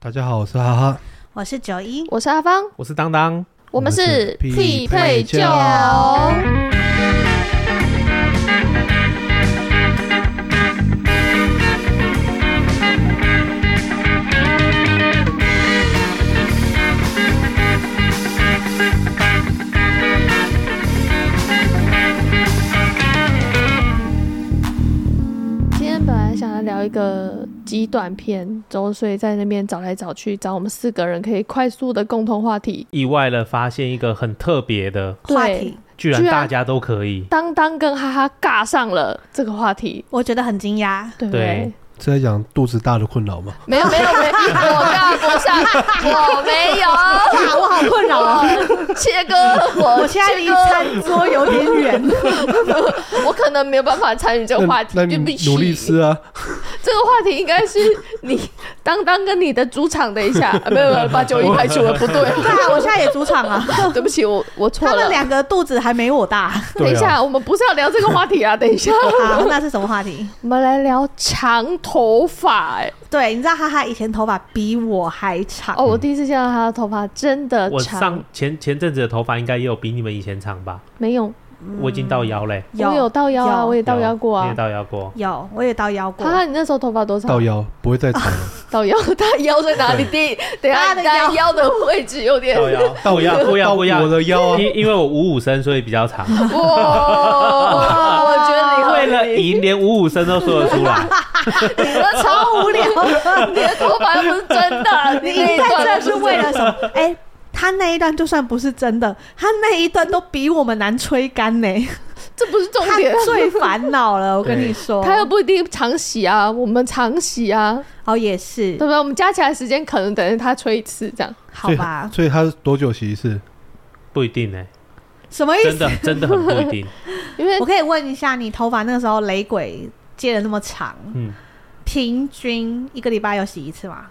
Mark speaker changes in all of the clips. Speaker 1: 大家好，我是哈哈，
Speaker 2: 我是九一，
Speaker 3: 我是阿芳，
Speaker 4: 我是当当，
Speaker 3: 我们是
Speaker 1: 我们是匹配
Speaker 3: 教
Speaker 1: 教。
Speaker 3: 今天本来想要聊一个极短片，周岁在那边找来找去，找我们四个人可以快速的共同话题。
Speaker 4: 意外的发现一个很特别的，
Speaker 2: 话
Speaker 3: 对
Speaker 2: 题
Speaker 4: 居然
Speaker 3: 居然
Speaker 4: 大家都可以。
Speaker 3: 当当跟哈哈尬上了这个话题，
Speaker 2: 我觉得很惊讶。
Speaker 3: 对不
Speaker 4: 对
Speaker 3: 对？
Speaker 1: 是在讲肚子大的困扰吗？
Speaker 3: 没有没有没有，我尬不上，我没有，
Speaker 2: 我好困扰啊！
Speaker 3: 切割，我
Speaker 2: 我现在离
Speaker 3: 切割
Speaker 2: 餐桌有点远，
Speaker 3: 我可能没有办法参与这个话题，
Speaker 1: 那
Speaker 3: 就
Speaker 1: 你
Speaker 3: 必须
Speaker 1: 努力吃 啊！
Speaker 3: 这个话题应该是你当当跟你的主场的一下，啊、没有没有把九一排除了，不
Speaker 2: 对啊，我
Speaker 3: 对，
Speaker 2: 现在也主场啊。
Speaker 3: 对不起，我我 错
Speaker 2: 他们
Speaker 3: 了。
Speaker 2: 两个肚子还没我 大。
Speaker 3: 等一
Speaker 1: 对啊，
Speaker 3: 下，我们不是要聊这个话题啊！等一下，
Speaker 2: 好，那是什么话题？
Speaker 3: 我们来聊长头发、哎，
Speaker 2: 对，你知道哈哈以前头发比我还长，
Speaker 3: 哦，我第一次见到他的头发真的
Speaker 4: 我
Speaker 3: 长
Speaker 4: 上，前前阵子的头发应该也有比你们以前长吧？
Speaker 3: 没有，
Speaker 4: 我已经到腰嘞，
Speaker 2: 有
Speaker 3: 我有到腰啊，
Speaker 2: 有
Speaker 3: 我也嗯到
Speaker 4: 有
Speaker 3: 腰过
Speaker 4: 你
Speaker 3: 啊
Speaker 4: 也。到腰过。
Speaker 2: 有，我也到腰过
Speaker 3: 哈。哈，你那时候头发
Speaker 2: 啊
Speaker 3: 多长？
Speaker 1: 到腰不会再长了，
Speaker 3: 到腰， 他腰在哪里？第一，等一下
Speaker 2: 他的
Speaker 3: 他
Speaker 2: 腰
Speaker 3: 腰的位置有点
Speaker 4: 到腰，到腰，过腰，
Speaker 1: 到
Speaker 4: 过腰。
Speaker 1: 我的腰啊！
Speaker 4: 因因为我五五身，所以比较 长。
Speaker 3: 哇！我觉得你
Speaker 4: 为
Speaker 3: 会
Speaker 4: 了赢，连五五身都说得出来。
Speaker 3: 你的超 无聊，你的头发又不是真的，
Speaker 2: 你
Speaker 3: 那
Speaker 2: 一
Speaker 3: 段
Speaker 2: 段
Speaker 3: 不
Speaker 2: 这是为了什么？哎。他那一段就算不是真的，他那一段都比我们难吹干呢、
Speaker 3: 这不是重
Speaker 2: 他
Speaker 3: 点。
Speaker 2: 最烦恼了，我跟你说。
Speaker 3: 他又不一定常洗啊，我们常洗啊，
Speaker 2: 哦也
Speaker 3: 对
Speaker 2: 是
Speaker 3: 不，对？我们加起来时间可能等于他吹一次这样。
Speaker 2: 好吧？
Speaker 1: 所以他多久洗一次？
Speaker 4: 不一定呢，
Speaker 2: 什么意
Speaker 4: 真
Speaker 2: 思？
Speaker 4: 的真的很不一定。
Speaker 3: 因为
Speaker 2: 我可以问一下，你头发那个时候雷鬼接的那么长，
Speaker 4: 嗯，
Speaker 2: 平均一个礼拜有洗一次吗？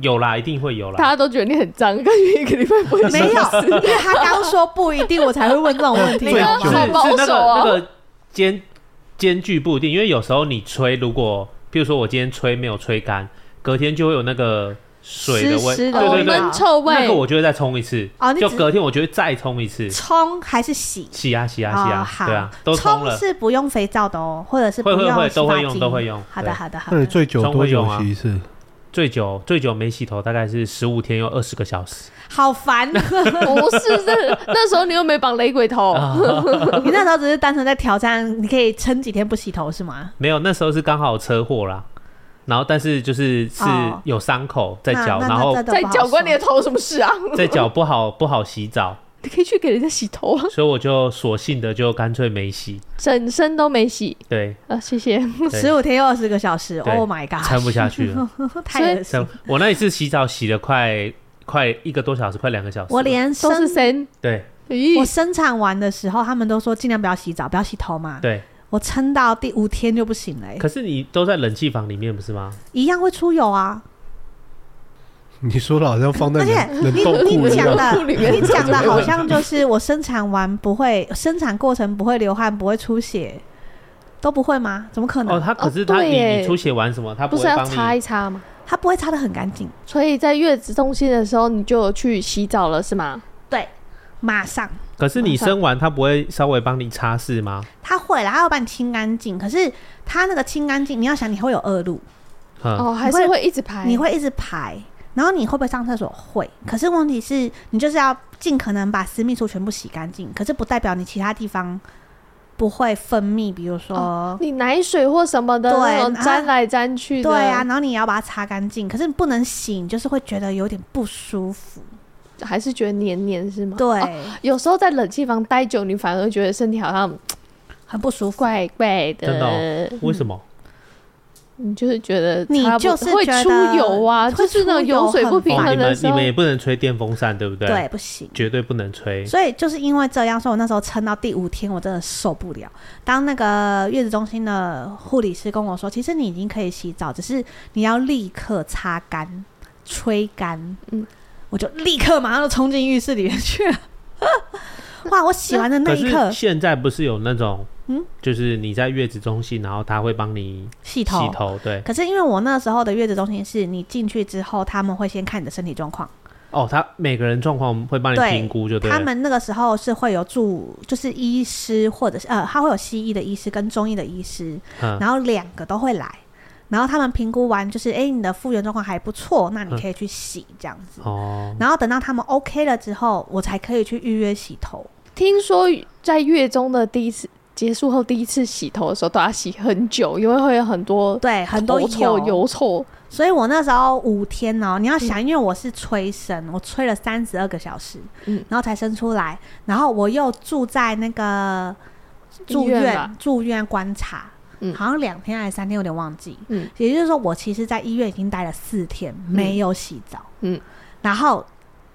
Speaker 4: 有啦，一定会有
Speaker 3: 大
Speaker 4: 啦。
Speaker 3: 家都觉得你很脏，感觉一个礼拜不会洗
Speaker 2: 没有，因为他刚说不一定，我才会问这种问题。
Speaker 1: 最
Speaker 2: 你知道
Speaker 1: 久
Speaker 2: 吗
Speaker 3: 好保
Speaker 4: 是那个
Speaker 3: 守哦
Speaker 4: 那个间间距不一定，因为有时候你吹，如果譬如说我今天吹没有吹干，隔天就会有那个水的
Speaker 2: 湿
Speaker 4: 味，
Speaker 2: 湿的
Speaker 4: 对对
Speaker 2: 味道
Speaker 4: 对，
Speaker 3: 闷哦臭味。
Speaker 4: 那个我就会再冲一次
Speaker 2: 哦，你
Speaker 4: 就
Speaker 2: 只
Speaker 4: 隔天我就会再冲一次，
Speaker 2: 冲还是洗？
Speaker 4: 洗啊洗啊洗
Speaker 2: 哦
Speaker 4: 啊，
Speaker 2: 好
Speaker 4: 对啊，都冲
Speaker 2: 冲
Speaker 4: 了，
Speaker 2: 是不用肥皂的哦，或者是不
Speaker 4: 会会会
Speaker 2: 洗
Speaker 4: 都
Speaker 2: 发
Speaker 4: 会用
Speaker 2: 精
Speaker 4: 都会。用。
Speaker 2: 好的，
Speaker 4: 对
Speaker 2: 好的，好
Speaker 1: 那你
Speaker 2: 的，
Speaker 1: 最久多久洗一
Speaker 4: 啊
Speaker 1: 次？
Speaker 4: 最久最久没洗头大概是十五天又二十个小时，
Speaker 2: 好 烦。你
Speaker 3: 不是，那那时候你又没绑雷鬼头，
Speaker 2: 那时候只是单纯在挑战，你可以撑几天不洗头是吗？
Speaker 4: 没有那时候是刚好车祸啦，然后但是就是是
Speaker 2: 哦
Speaker 4: 有伤口在
Speaker 2: 那
Speaker 4: 脚，
Speaker 2: 那
Speaker 4: 然后
Speaker 2: 那这都
Speaker 3: 在
Speaker 2: 不好
Speaker 3: 脚关你的
Speaker 2: 说
Speaker 3: 头什么事啊？
Speaker 4: 在脚不好 不好洗澡，
Speaker 3: 你可以去给人家洗头啊，
Speaker 4: 所以我就索性的就干脆没洗，
Speaker 3: 整身都没洗
Speaker 4: 对，
Speaker 3: 啊，谢谢。
Speaker 4: 对
Speaker 2: 十五天又二十个小时
Speaker 4: 对
Speaker 2: ，Oh
Speaker 3: 啊
Speaker 2: my god，
Speaker 4: 撑不下去 了。
Speaker 2: 太恶心
Speaker 4: 撑。我那一次洗澡洗了快快一个多小时，快两个小时了，
Speaker 2: 我连
Speaker 3: 都是
Speaker 2: 生
Speaker 3: 神，
Speaker 4: 对
Speaker 2: 我
Speaker 3: 咦，
Speaker 2: 生产完的时候，他们都说尽量不要洗澡，不要洗头
Speaker 3: 啊
Speaker 2: 嘛。
Speaker 4: 对，
Speaker 2: 我撑到第五天就不行了欸、
Speaker 4: 可是你都在冷气房里面不是吗？
Speaker 2: 一样会出油啊。
Speaker 1: 你说的好像放在
Speaker 2: 而且
Speaker 1: 冷冷冻库
Speaker 2: 你
Speaker 1: 一
Speaker 2: 讲
Speaker 1: 样，
Speaker 2: 的，
Speaker 3: 库里面
Speaker 2: 你 讲的
Speaker 3: 就没
Speaker 2: 好
Speaker 3: 问题
Speaker 2: 像就是我生产完不会，生产过程不会流汗，不会出血，都不会吗？怎么可能？
Speaker 4: 哦，他可是
Speaker 3: 哦
Speaker 4: 他、
Speaker 3: 对
Speaker 4: 你
Speaker 3: 耶
Speaker 4: 你出血完什么，他
Speaker 3: 不
Speaker 4: 会
Speaker 3: 是要
Speaker 4: 帮
Speaker 3: 擦
Speaker 4: 你。
Speaker 3: 一擦吗？
Speaker 2: 它不会擦的很干净，
Speaker 3: 所以在月子中心的时候，你就有去洗澡了是吗？
Speaker 2: 对，马上
Speaker 4: 可是你生完他不会稍微帮你擦拭吗？
Speaker 2: 它会啦，它要把你清干净。可是它那个清干净，你要想你会有恶露，
Speaker 4: 嗯，
Speaker 3: 哦，还是会一直排，
Speaker 2: 你会一直排，然后你会不会上厕所？会。可是问题是你就是要尽可能把私密处全部洗干净，可是不代表你其他地方不会分泌，比如说。
Speaker 3: 你奶水或什么的
Speaker 2: 对
Speaker 3: 那种
Speaker 2: 啊
Speaker 3: 沾来沾去的，
Speaker 2: 对啊，，然后你也要把它擦干净，可是你不能洗，你就是会觉得有点不舒服。
Speaker 3: 还是觉得黏黏是吗？
Speaker 2: 对，
Speaker 3: 哦有时候在冷气房待久，你反而觉得身体好像
Speaker 2: 很不舒服。
Speaker 3: 怪怪
Speaker 4: 真的哦
Speaker 3: 的。
Speaker 4: 为什么？
Speaker 3: 你就是觉得
Speaker 2: 你
Speaker 3: 擦不
Speaker 2: 就是
Speaker 3: 会
Speaker 2: 觉得
Speaker 3: 出油啊，
Speaker 2: 哦会
Speaker 3: 就是那种
Speaker 2: 出油
Speaker 3: 油水不
Speaker 2: 很
Speaker 3: 平
Speaker 4: 哦，你
Speaker 3: 衡的
Speaker 4: 们
Speaker 3: 时
Speaker 4: 你
Speaker 3: 候
Speaker 4: 们，也不能吹电风扇，对不对？
Speaker 2: 对，，不行。
Speaker 4: 绝对不能吹。
Speaker 2: 所以就是因为这样，所以我那时候撑到第五天，我真的受不了。当那个月子中心的护理师跟我说，其实你已经可以洗澡，只是你要立刻擦干、吹干。
Speaker 3: 嗯
Speaker 2: 嗯，我就立刻马上就冲进浴室里面 去了。哇！我洗完的那
Speaker 4: 可
Speaker 2: 一
Speaker 4: 是
Speaker 2: 刻，
Speaker 4: 现在不是有那种，
Speaker 2: 嗯
Speaker 4: 就是你在月子中心，然后他会帮你
Speaker 2: 洗
Speaker 4: 洗
Speaker 2: 头。
Speaker 4: 头，对，
Speaker 2: 可是因为我那时候的月子中心是你进去之后，他们会先看你的身体状况。
Speaker 4: 哦，他每个人状况会帮你
Speaker 2: 对
Speaker 4: 评估，就对了。
Speaker 2: 他们那个时候是会有住，就是医师或者是呃，他会有西医的医师跟中医的医师，
Speaker 4: 嗯
Speaker 2: 然后两个都会来，然后他们评估完就是，哎、你的复原状况还不错，那
Speaker 3: 嗯
Speaker 2: 你可以去洗这样子。
Speaker 4: 哦，
Speaker 2: 然后等到他们 OK 了之后，我才可以去预约洗头。
Speaker 3: 听说在月中的第一次结束后第一次洗头的时候，都要洗很久，因为会有很多
Speaker 2: 对，很多
Speaker 3: 头臭
Speaker 2: 油，
Speaker 3: 油臭，
Speaker 2: 所以我那时候五天哦、你要想，因为我是催生，我催了三十二个小时，
Speaker 3: 嗯
Speaker 2: 然后才生出来，然后我又住在那个住
Speaker 3: 医院
Speaker 2: 院
Speaker 3: 吧
Speaker 2: 住院观察，
Speaker 3: 嗯
Speaker 2: 好像两天还是三天，有点忘记。
Speaker 3: 嗯
Speaker 2: 也就是说，我其实，在医院已经待了四天，没有洗澡。
Speaker 3: 嗯
Speaker 2: 然后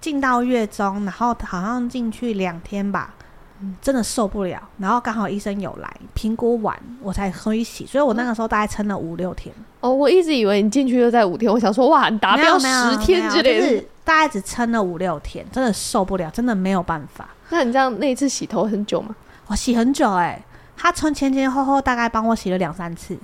Speaker 2: 进到月中，然后好像进去两天吧。
Speaker 3: 嗯
Speaker 2: 真的受不了，然后刚好医生有来评估完，我才可以洗，所以我那个时候大概撑了五六天。
Speaker 3: 哦，我一直以为你进去就在五天，我想说哇，你达
Speaker 2: 没有
Speaker 3: 标
Speaker 2: 没有
Speaker 3: 啊十天
Speaker 2: 没
Speaker 3: 之
Speaker 2: 有
Speaker 3: 类
Speaker 2: 就
Speaker 3: 的。
Speaker 2: 是大概只撑了五六天，真的受不了，真的没有办法。
Speaker 3: 那你这样那一次洗头很久吗？
Speaker 2: 我洗很久哎、他从前前后后大概帮我洗了两三 次。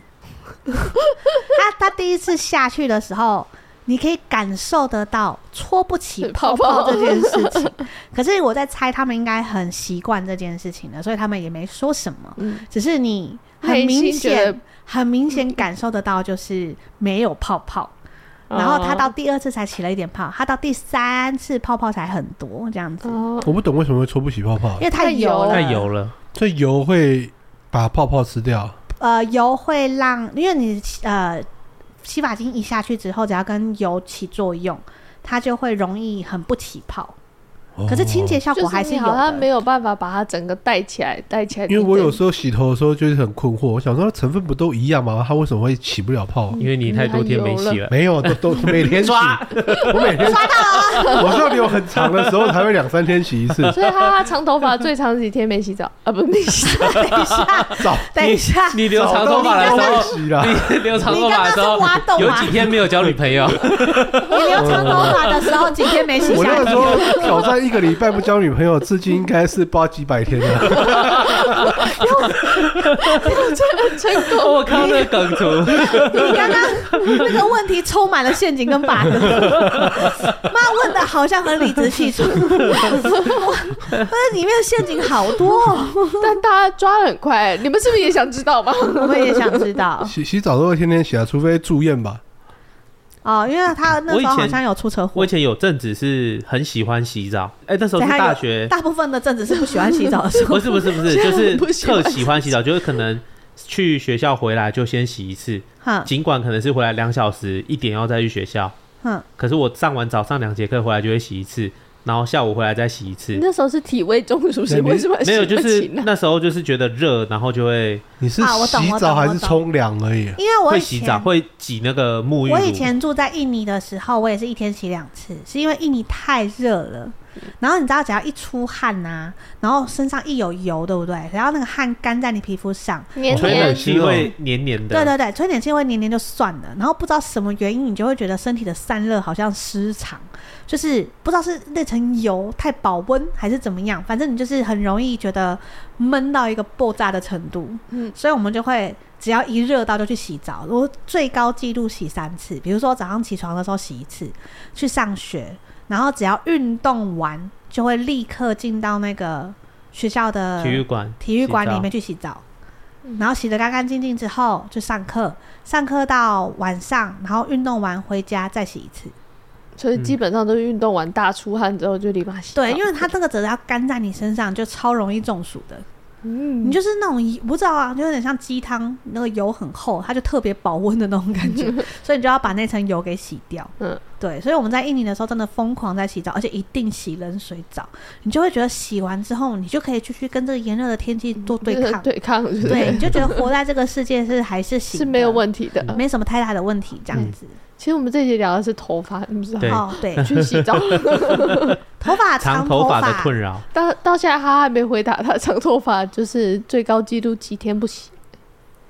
Speaker 2: 他他第一次下去的时候，你可以感受得到搓不起
Speaker 3: 是
Speaker 2: 泡
Speaker 3: 泡
Speaker 2: 泡
Speaker 3: 泡
Speaker 2: 这件事 情。可是我在猜，他们应该很习惯这件事情了，所以他们也没说什么。
Speaker 3: 嗯，
Speaker 2: 只是你很
Speaker 3: 内心
Speaker 2: 明
Speaker 3: 觉得
Speaker 2: 显、很明显感受得到，就是没有泡泡。
Speaker 3: 哦嗯
Speaker 2: 然后他到第二次才起了一点泡，他到第三次泡泡才很多这样子，
Speaker 3: 哦，
Speaker 1: 我不懂为什么会搓不起泡泡
Speaker 2: 因，为太
Speaker 3: 太油
Speaker 2: 油了，
Speaker 4: 太油了，
Speaker 1: 这油会把泡泡吃掉。
Speaker 2: 呃，油会让，因为你呃洗发精一下去之后，只要跟油起作用，它就会容易很不起泡。
Speaker 1: 哦
Speaker 2: 可是清洁，效
Speaker 3: 就
Speaker 2: 果还
Speaker 3: 你
Speaker 2: 有
Speaker 3: 好像
Speaker 2: 的。
Speaker 3: 没有办法把它整个带起来，带起来。，
Speaker 1: 因为我有时候洗头的时候就是很困惑，我想说成分不都一样吗？它为什么会起不了
Speaker 2: 嗯
Speaker 1: 泡？
Speaker 4: 因为你太多天没洗了。
Speaker 1: 没有，都都 每天洗，
Speaker 4: 嗯抓
Speaker 1: 我每天抓到了，我是要留很长的时候才会两三天洗一 次
Speaker 3: 所以他他长头发最长几天没洗澡啊，不没洗澡，
Speaker 2: 等一下，
Speaker 1: 早
Speaker 2: 等一下，
Speaker 4: 你留长头发的
Speaker 1: 早
Speaker 4: 时
Speaker 1: 都
Speaker 4: 候
Speaker 1: 会，洗了。
Speaker 4: 你留长头发的时
Speaker 2: 你刚刚是挖
Speaker 4: 候，
Speaker 2: 洞啊
Speaker 4: 有
Speaker 2: 吗
Speaker 4: 几天没有交女 朋友？
Speaker 2: 你留长头发的时候几天没洗
Speaker 1: 我
Speaker 2: 下
Speaker 1: 那个时
Speaker 2: 去？
Speaker 1: 候挑战一个礼拜不交女朋友，至今应该是不知道几百天了。
Speaker 3: 成功。
Speaker 4: 哦 我看到那个梗图，
Speaker 2: 你刚刚那个问题充满了陷阱跟 bug，妈问的好像很理直气壮， 我那里面的陷阱好多哦、
Speaker 3: 但大家抓的很快，你们是不是也想知道吧？
Speaker 2: 我们也想知 道
Speaker 1: 洗 洗澡都会天天洗啊，除非住院吧。
Speaker 2: 哦，因为他那
Speaker 4: 我以
Speaker 2: 时候好
Speaker 4: 前
Speaker 2: 像有出车祸
Speaker 4: 我以。前有阵子是很喜欢洗澡，哎，那时候
Speaker 2: 等
Speaker 4: 是
Speaker 2: 一下
Speaker 4: 大
Speaker 2: 有
Speaker 4: 学，
Speaker 2: 大部分的正职是不喜欢洗澡的时 候
Speaker 4: 不，是不是不是，
Speaker 3: 现在
Speaker 4: 就
Speaker 3: 我
Speaker 4: 是
Speaker 3: 不喜欢
Speaker 4: 特喜欢洗澡，就是可能去学校回来就先洗一次，
Speaker 2: 哼
Speaker 4: 尽管可能是回来两小时，一点要再去学校，
Speaker 2: 哼，
Speaker 4: 可是我上完早上两节课回来就会洗一次，然后下午回来再洗一 次
Speaker 3: 你。那时候是体味中暑，是
Speaker 1: 对你
Speaker 3: 为什么啊
Speaker 4: 没有，
Speaker 3: 洗
Speaker 4: 就
Speaker 3: 不
Speaker 4: 是
Speaker 3: 起呢？
Speaker 4: 那时候就是觉得热，然后就会
Speaker 1: 你是
Speaker 2: 啊我懂
Speaker 1: 洗
Speaker 2: 我懂
Speaker 1: 澡还
Speaker 2: 我
Speaker 1: 是
Speaker 2: 懂
Speaker 1: 冲凉而已啊？
Speaker 2: 因为我
Speaker 4: 会
Speaker 2: 以
Speaker 4: 洗
Speaker 2: 前
Speaker 4: 澡，会挤那个沐浴
Speaker 2: 我以
Speaker 4: 乳。
Speaker 2: 前住在印尼的时候，我也是一天洗两次，是因为印尼太热了。然后你知道，只要一出汗呐、然后身上一有油，对不对？然后那个汗干在你皮肤上，
Speaker 3: 年
Speaker 4: 吹冷
Speaker 3: 年
Speaker 4: 气会黏黏
Speaker 2: 对
Speaker 4: 的，
Speaker 2: 对对，吹点气味黏黏就算了，然后不知道什么原因，你就会觉得身体的散热好像失常，就是不知道是那层油太保温还是怎么样，反正你就是很容易觉得闷到一个爆炸的程度。
Speaker 3: 嗯
Speaker 2: 嗯，所以我们就会只要一热到就去洗澡，我最高纪录洗三次，比如说早上起床的时候洗一次，去上学，然后只要运动完就会立刻进到那个学校的
Speaker 4: 体育馆
Speaker 2: 体育馆
Speaker 4: 洗澡
Speaker 2: 里面去洗澡
Speaker 3: 嗯，
Speaker 2: 然后洗得干干净净之后就上课，上课到晚上，然后运动完回家再洗一次。
Speaker 3: 所以基本上都是运动完
Speaker 2: 哦
Speaker 3: 大出汗之后就立马洗澡。
Speaker 2: 对，因为它那个只要干在你身上，就超容易中暑的。
Speaker 3: 嗯
Speaker 2: 你就是那种我不知道啊，就有点像鸡汤，那个油很厚，它就特别保温的那种感 觉，所以你就要把那层油给洗掉。
Speaker 3: 嗯，
Speaker 2: 对，所以我们在印尼的时候真的疯狂在洗澡，而且一定洗冷水澡，你就会觉得洗完之后，你就可以继续跟这个炎热的天气做 对
Speaker 3: 就是
Speaker 2: 抗，
Speaker 3: 对抗， 对不
Speaker 2: 对，
Speaker 3: 对，
Speaker 2: 你就觉得活在这个世界是还是行
Speaker 3: 是没有
Speaker 2: 的
Speaker 3: 问题的。
Speaker 2: 没什么太大的问题，这样子。
Speaker 3: 其实我们这一集聊的是头发，你们知道
Speaker 4: 嗯对
Speaker 3: 吗？
Speaker 2: 哦，对，
Speaker 3: 去洗澡，
Speaker 2: 头发
Speaker 4: 长
Speaker 2: 头
Speaker 4: 头发的困扰，
Speaker 3: 到到现在他还没回答他长头发就是最高纪录几天不洗？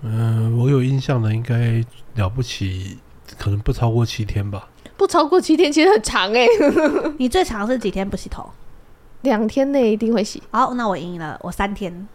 Speaker 1: 嗯，我有印象的应该了不起，可能不超过七天吧。
Speaker 3: 不超过七天，其实很长哎、
Speaker 2: 你最长是几天不洗头？
Speaker 3: 两天内一定会洗。
Speaker 2: 好，那我赢了，我三天。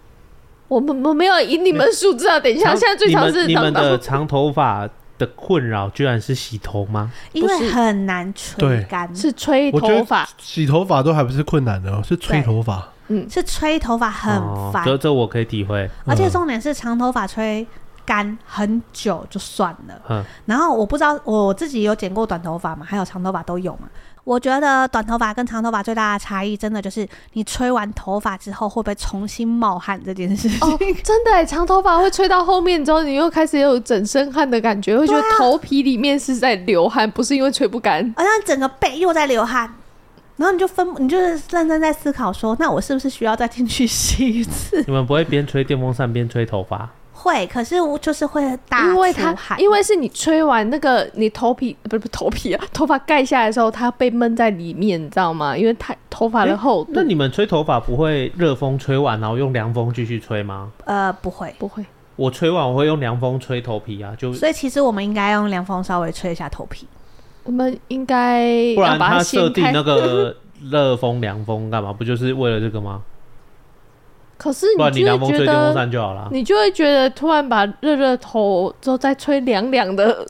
Speaker 3: 我们我没有以你们数字啊，等一下，
Speaker 4: 长
Speaker 3: 现在最长是
Speaker 4: 你们你们
Speaker 3: 长
Speaker 4: 的
Speaker 3: 到
Speaker 4: 长头发的困扰，居然是洗头吗？
Speaker 2: 因
Speaker 3: 不
Speaker 2: 为
Speaker 3: 是
Speaker 2: 很难吹
Speaker 1: 对
Speaker 2: 干，
Speaker 3: 是吹
Speaker 1: 我觉得
Speaker 3: 头发，
Speaker 1: 洗头发都还不是困难的哦，是吹
Speaker 2: 对
Speaker 1: 头发。
Speaker 2: 是吹头发很
Speaker 4: 哦
Speaker 2: 烦，
Speaker 4: 这这我可以体会。
Speaker 2: 而且
Speaker 1: 嗯
Speaker 2: 重点是长头发吹干很久就算了。
Speaker 4: 嗯，
Speaker 2: 然后我不知道我自己有剪过短头发嘛，还有长头发都有嘛。我觉得短头发跟长头发最大的差异，真的就是你吹完头发之后会不会重新冒汗这件事情。
Speaker 3: 哦，真的哎、长头发会吹到后面之后，你又开始有整身汗的感觉，会觉得头皮里面是在流汗，不是因为吹不干。
Speaker 2: 好像整个背又在流汗，然后你就分，你就是认真在思考说，那我是不是需要再进去洗一次？
Speaker 4: 你们不会边吹电风扇边吹头发？
Speaker 2: 会，可是我就是会大
Speaker 3: 因为
Speaker 2: 出
Speaker 3: 它，
Speaker 2: 汗，
Speaker 3: 因为是你吹完那个你头皮不是不是头皮啊，头发盖下来的时候，它被闷在里面，你知道吗？因为它头发的
Speaker 4: 诶
Speaker 3: 厚
Speaker 4: 那
Speaker 3: 度
Speaker 4: 你们吹头发不会热风吹完，然后用凉风继续吹吗？
Speaker 2: 呃不会，
Speaker 3: 不会。
Speaker 4: 我吹完我会用凉风吹头皮啊，就
Speaker 2: 所以其实我们应该用凉风稍微吹一下头皮。
Speaker 3: 我们应该
Speaker 4: 不
Speaker 3: 要
Speaker 4: 然
Speaker 3: 把
Speaker 4: 他
Speaker 3: 它
Speaker 4: 设
Speaker 3: 掀
Speaker 4: 定
Speaker 3: 开。
Speaker 4: 那个热风凉风干嘛？不就是为了这个吗？
Speaker 3: 可 是
Speaker 4: 不然
Speaker 3: 你
Speaker 4: 你
Speaker 3: 就
Speaker 4: 凉
Speaker 3: 会
Speaker 4: 风吹
Speaker 3: 觉
Speaker 4: 电风
Speaker 3: 得，
Speaker 4: 扇就好了。
Speaker 3: 你就会觉得突然把热热头之后再吹凉凉的，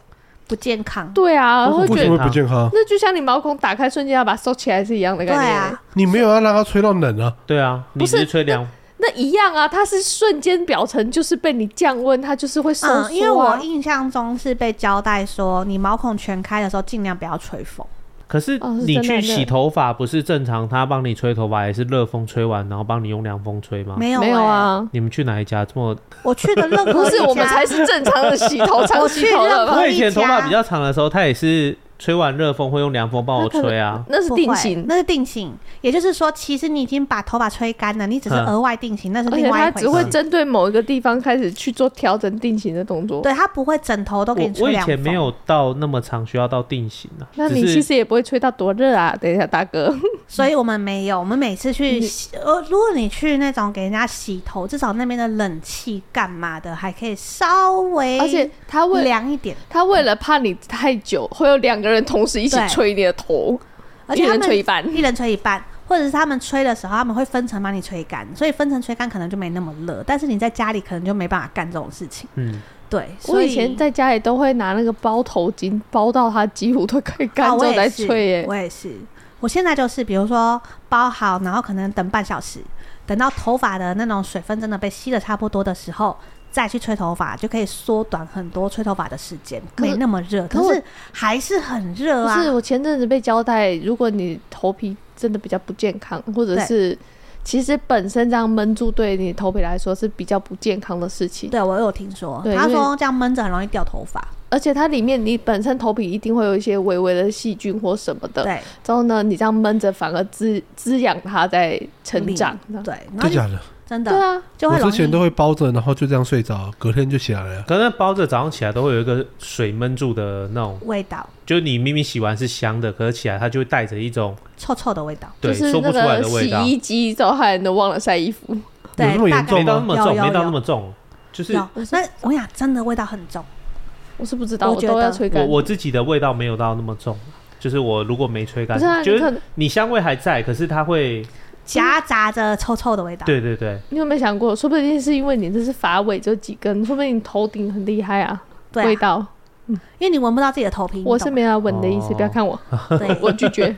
Speaker 2: 不健康，
Speaker 3: 对啊，
Speaker 4: 为什
Speaker 3: 会觉
Speaker 4: 么不
Speaker 1: 为
Speaker 3: 得
Speaker 1: 什么会不健
Speaker 2: 啊
Speaker 1: 康？
Speaker 3: 那就像你毛孔打开瞬间要把它收起来是一样的
Speaker 2: 对
Speaker 3: 概念。
Speaker 2: 啊，
Speaker 1: 你没有要让它吹到冷啊？
Speaker 4: 对啊，你
Speaker 3: 不是
Speaker 4: 只是吹凉，
Speaker 3: 那一样啊，它是瞬间表层就是被你降温，它就是会收缩、啊
Speaker 2: 嗯，因为我印象中是被交代说，你毛孔全开的时候尽量不要吹风，
Speaker 4: 可是
Speaker 3: 哦是
Speaker 4: 你
Speaker 3: 真的
Speaker 4: 去洗头发不是正常，他帮你吹头发也是热风吹完，然后帮你用凉风吹吗？
Speaker 2: 没有、欸
Speaker 3: 没有，啊，
Speaker 4: 你们去哪一家这么？
Speaker 2: 我去的 任何
Speaker 3: 不
Speaker 2: 一
Speaker 3: 是
Speaker 2: 家
Speaker 3: 我们才是正常的洗头
Speaker 2: 我
Speaker 3: 长
Speaker 2: 去
Speaker 3: 洗头的
Speaker 2: 任
Speaker 3: 吧
Speaker 2: 何？
Speaker 4: 我
Speaker 2: 一
Speaker 4: 以前头
Speaker 2: 家
Speaker 4: 发比较长的时候，他也是吹完热风会用凉风帮我吹啊。
Speaker 3: 那是
Speaker 2: 不
Speaker 3: 定
Speaker 2: 会
Speaker 3: 型，
Speaker 2: 那是定型，也就是说，其实你已经把头发吹干了，你只是
Speaker 4: 嗯
Speaker 2: 额外定型，那是
Speaker 3: 而
Speaker 2: 另
Speaker 3: 且
Speaker 2: 外
Speaker 3: 它
Speaker 2: 一回
Speaker 3: 只
Speaker 2: 事。
Speaker 3: 会针对某一个地方开始去做调整定型的动作。
Speaker 2: 对，它不会整头都给
Speaker 4: 我
Speaker 2: 你
Speaker 4: 我
Speaker 2: 吹
Speaker 4: 以
Speaker 2: 凉风。
Speaker 4: 前没有到那么长，需要到定型啊。
Speaker 3: 那
Speaker 4: 只
Speaker 3: 你
Speaker 4: 是
Speaker 3: 其实也不会吹到多热啊！等一下，大哥，
Speaker 2: 所以我们没有。我们每次去
Speaker 3: 你
Speaker 2: 洗，呃，如果你去那种给人家洗头，至少那边的冷气干嘛的还可以稍微，
Speaker 3: 而且他为
Speaker 2: 凉一点。
Speaker 3: 他为了怕你太久，会有两个人同时一起
Speaker 2: 对
Speaker 3: 吹你的头，
Speaker 2: 而
Speaker 3: 一
Speaker 2: 且他
Speaker 3: 人
Speaker 2: 们
Speaker 3: 吹一半。
Speaker 2: 一人吹一半，或者是他们吹的时候，他们会分层帮你吹干，所以分层吹干可能就没那么热。但是你在家里可能就没办法干这种事情。
Speaker 4: 嗯，
Speaker 2: 对，所
Speaker 3: 我以前在家里都会拿那个包头巾包到它几乎都快干
Speaker 2: 啊，
Speaker 3: 之
Speaker 2: 我
Speaker 3: 后再
Speaker 2: 也是，
Speaker 3: 吹耶、
Speaker 2: 我也是，我现在就是，比如说包好，然后可能等半小时，等到头发的那种水分真的被吸的差不多的时候，再去吹头发，就可以缩短很多吹头发的时间，
Speaker 3: 可是
Speaker 2: 没那么热。
Speaker 3: 可
Speaker 2: 可
Speaker 3: 是
Speaker 2: 是还是很热
Speaker 3: 不
Speaker 2: 啊。
Speaker 3: 是，我前阵子被交代，如果你头皮真的比较不健康，或者
Speaker 2: 对
Speaker 3: 是其实本身这样闷住对你头皮来说是比较不健康的事情，
Speaker 2: 对，我有听说，
Speaker 3: 对
Speaker 2: 他
Speaker 3: 因为
Speaker 2: 说这样闷着很容易掉头发。
Speaker 3: 而且它里面你本身头皮一定会有一些微微的细菌或什么的，
Speaker 2: 对，
Speaker 3: 之后呢，你这样闷着反而滋滋养它在成长。
Speaker 2: 对，然后
Speaker 1: 真
Speaker 2: 就
Speaker 1: 假的？
Speaker 2: 真
Speaker 3: 嗯对
Speaker 2: 的
Speaker 3: 啊，
Speaker 2: 就会
Speaker 1: 我之
Speaker 2: 容
Speaker 1: 前都
Speaker 2: 易。
Speaker 1: 会包着，然后就这样睡着，隔天就起来了。
Speaker 4: 可能包着早上起来都会有一个水闷住的那种，
Speaker 2: 味道
Speaker 4: 就是你明明洗完是香的，可是起来它就会带着一种
Speaker 2: 臭臭的味道，
Speaker 4: 对
Speaker 3: 就是
Speaker 4: 说
Speaker 3: 那
Speaker 4: 不出来
Speaker 3: 个
Speaker 4: 的
Speaker 3: 洗
Speaker 4: 味道，
Speaker 3: 衣机之后害人都忘了晒衣服。
Speaker 2: 对，
Speaker 1: 那么
Speaker 2: 大
Speaker 1: 严
Speaker 2: 概
Speaker 1: 重
Speaker 4: 没到那么
Speaker 2: 有
Speaker 4: 重，
Speaker 2: 有
Speaker 4: 没到
Speaker 2: 有
Speaker 4: 那么重，就是
Speaker 2: 有。那我想真的味道很
Speaker 3: 嗯
Speaker 2: 重，
Speaker 3: 我是不知道，
Speaker 2: 我
Speaker 3: 我
Speaker 2: 觉
Speaker 3: 都要
Speaker 2: 得
Speaker 3: 吹
Speaker 4: 我
Speaker 3: 干。
Speaker 4: 我自己的味道没有到那么重，就是我如果没吹干
Speaker 3: 不是啊，，
Speaker 4: 就
Speaker 3: 你可
Speaker 4: 是
Speaker 3: 能
Speaker 4: 你香味还在，可是它会，
Speaker 2: 夹杂着臭臭的味道。
Speaker 4: 对对对，
Speaker 3: 你有没有想过，说不定是因为你这是发尾就几根，说不定你头顶很厉害啊，
Speaker 2: 对啊
Speaker 3: 味道。
Speaker 2: 因为你闻不到自己的头皮，你
Speaker 3: 我是
Speaker 2: 懂
Speaker 3: 没有要闻的意思，
Speaker 4: 哦
Speaker 3: 不要看我，
Speaker 2: 吗对，
Speaker 3: 我拒 绝。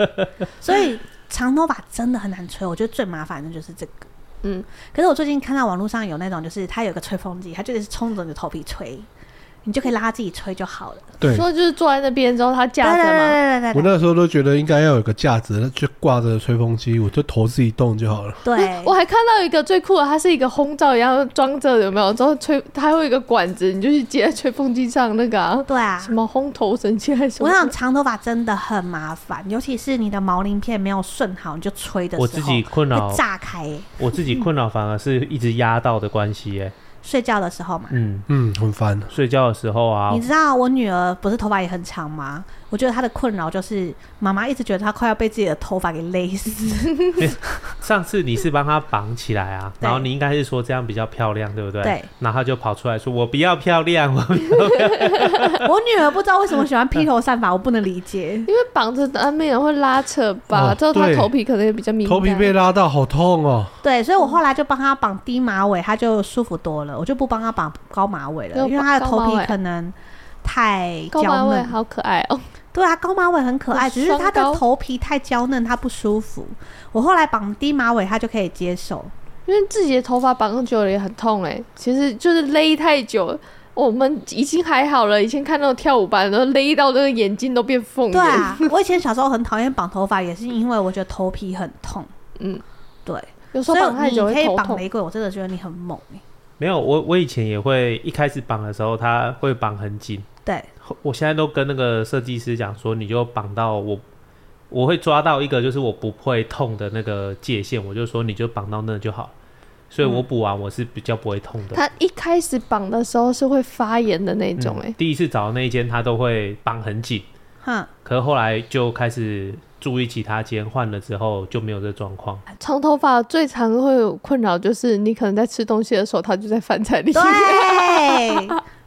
Speaker 2: 所以长头发真的很难吹，我觉得最麻烦的就是这个。
Speaker 3: 嗯，
Speaker 2: 可是我最近看到网络上有那种，就是它有个吹风机，它就是冲着你的头皮吹，你就可以拉自己吹就好了。
Speaker 1: 对，
Speaker 3: 说就是坐在那边之后，他
Speaker 2: 对
Speaker 3: 架
Speaker 2: 对对
Speaker 3: 着嘛，
Speaker 2: 对
Speaker 1: 我
Speaker 2: 对对
Speaker 1: 那时候都觉得应该要有个架子，就挂着吹风机，我就头自己动就好了。
Speaker 2: 对，
Speaker 3: 我还看到一个最酷的，它是一个轰罩一样装着，有没有？之后吹，它会有一个管子，你就去接在吹风机上那个啊，
Speaker 2: 对啊
Speaker 3: 什。么烘头神器还是什
Speaker 2: 我
Speaker 3: 么？
Speaker 2: 想长头发真的很麻烦，尤其是你的毛鳞片没有顺好，你就吹的时候
Speaker 4: 我自己困扰
Speaker 2: 会，炸开耶、
Speaker 4: 我自己困扰反而是一直压到的关系耶。
Speaker 2: 睡觉的时候嘛，
Speaker 4: 嗯，
Speaker 1: 嗯，很烦。
Speaker 4: 睡觉的时候啊
Speaker 3: 嗯
Speaker 2: 你，知道我女儿不是头发也很长吗？我觉得她的困扰就是妈妈一直觉得她快要被自己的头发给勒死。
Speaker 4: 上次你是帮他绑起来啊，
Speaker 2: 对
Speaker 4: 然后你应该是说这样比较漂亮，对不对？
Speaker 2: 对。
Speaker 4: 然后他就跑出来说：“我不要漂亮，我
Speaker 2: 我女儿不知道为什么喜欢披头散发，我不能理 解。
Speaker 3: 因为绑着难免会拉扯吧，
Speaker 1: 哦
Speaker 3: 之后他
Speaker 1: 对
Speaker 3: 头皮可能也比较敏感，
Speaker 1: 头皮被拉到好痛哦，
Speaker 2: 对，所以我后来就帮她绑低马尾，她就舒服多了。我就不帮她绑高马尾了，
Speaker 3: 就
Speaker 2: 因为她的头
Speaker 3: 高马
Speaker 2: 皮
Speaker 3: 尾
Speaker 2: 可能太
Speaker 3: 高马
Speaker 2: 娇
Speaker 3: 尾
Speaker 2: 嫩。
Speaker 3: 好可爱哦、
Speaker 2: 对啊，高马尾很可爱，只是
Speaker 3: 双
Speaker 2: 她
Speaker 3: 高
Speaker 2: 的头皮太娇嫩，她不舒服。我后来绑低马尾，她就可以接受。
Speaker 3: 因为自己的头发绑久了也很痛哎、其实就是勒太久了。我们已经还好了，以前看那种跳舞班，然后勒到那个眼睛都变凤眼。
Speaker 2: 对啊，我以前小时候很讨厌绑头发，也是因为我觉得头皮很痛。
Speaker 3: 嗯，
Speaker 2: 对，
Speaker 3: 有时
Speaker 2: 所
Speaker 3: 候
Speaker 2: 以
Speaker 3: 绑太
Speaker 2: 你
Speaker 3: 久
Speaker 2: 可
Speaker 3: 会
Speaker 2: 以
Speaker 3: 头
Speaker 2: 绑
Speaker 3: 痛。
Speaker 2: 玫瑰，我真的觉得你很猛欸
Speaker 4: 没有我我以前也会一开始绑的时候，他会绑很紧。
Speaker 2: 对，
Speaker 4: 后我现在都跟那个设计师讲说，你就绑到我，我会抓到一个就是我不会痛的那个界限，我就说你就绑到那就好。所以我补完我是比较不会痛的。
Speaker 3: 他一开始绑的时候是会发炎的那种哎、
Speaker 4: 嗯第一次找的那一间他都会绑很紧，
Speaker 2: 哼，
Speaker 4: 可是后来就开始注意其他间，换了之后就没有这状况。
Speaker 3: 长头发最常会有困扰就是你可能在吃东西的时候，它就在饭菜里。
Speaker 2: 对，